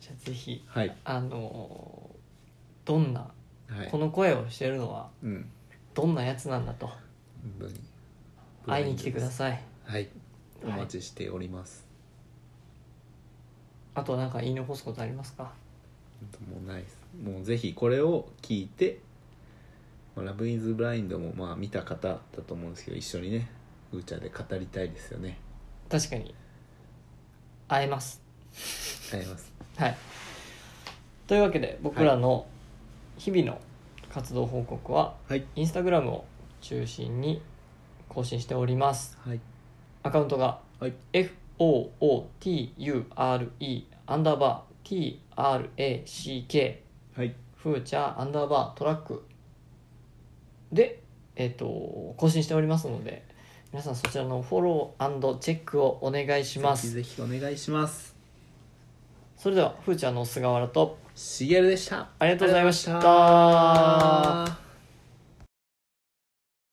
[SPEAKER 3] じゃあぜひ
[SPEAKER 2] はい
[SPEAKER 3] あのーどんな
[SPEAKER 2] はい
[SPEAKER 3] この声をしてるのは
[SPEAKER 2] うん
[SPEAKER 3] どんなやつなんだと
[SPEAKER 2] 本当に
[SPEAKER 3] 会いに来てください
[SPEAKER 2] はいお
[SPEAKER 3] はい
[SPEAKER 2] 待ちしております、
[SPEAKER 3] あとは何か言い残すことありますか
[SPEAKER 2] もうないですもうぜひこれを聞いて「まあラブイズブラインドもまあ見た方だと思うんですけど一緒にねうーちゃんで語りたいですよね
[SPEAKER 3] 確かに会えます
[SPEAKER 2] あります
[SPEAKER 3] はいというわけで僕らの日々の活動報告は、
[SPEAKER 2] はい
[SPEAKER 3] インスタグラムを中心に更新しております
[SPEAKER 2] はい
[SPEAKER 3] アカウントが
[SPEAKER 2] はい
[SPEAKER 3] FOOTURE アンダーバー TRACK
[SPEAKER 2] はい
[SPEAKER 3] フーチャーアンダーバートラックで、えっと更新しておりますので皆さんそちらのフォローチェックをお願いします
[SPEAKER 2] ぜひぜひお願いします
[SPEAKER 3] それではフーチャーの菅原と
[SPEAKER 2] しげるでした
[SPEAKER 3] ありがとうございまし
[SPEAKER 2] ありがとうございましたた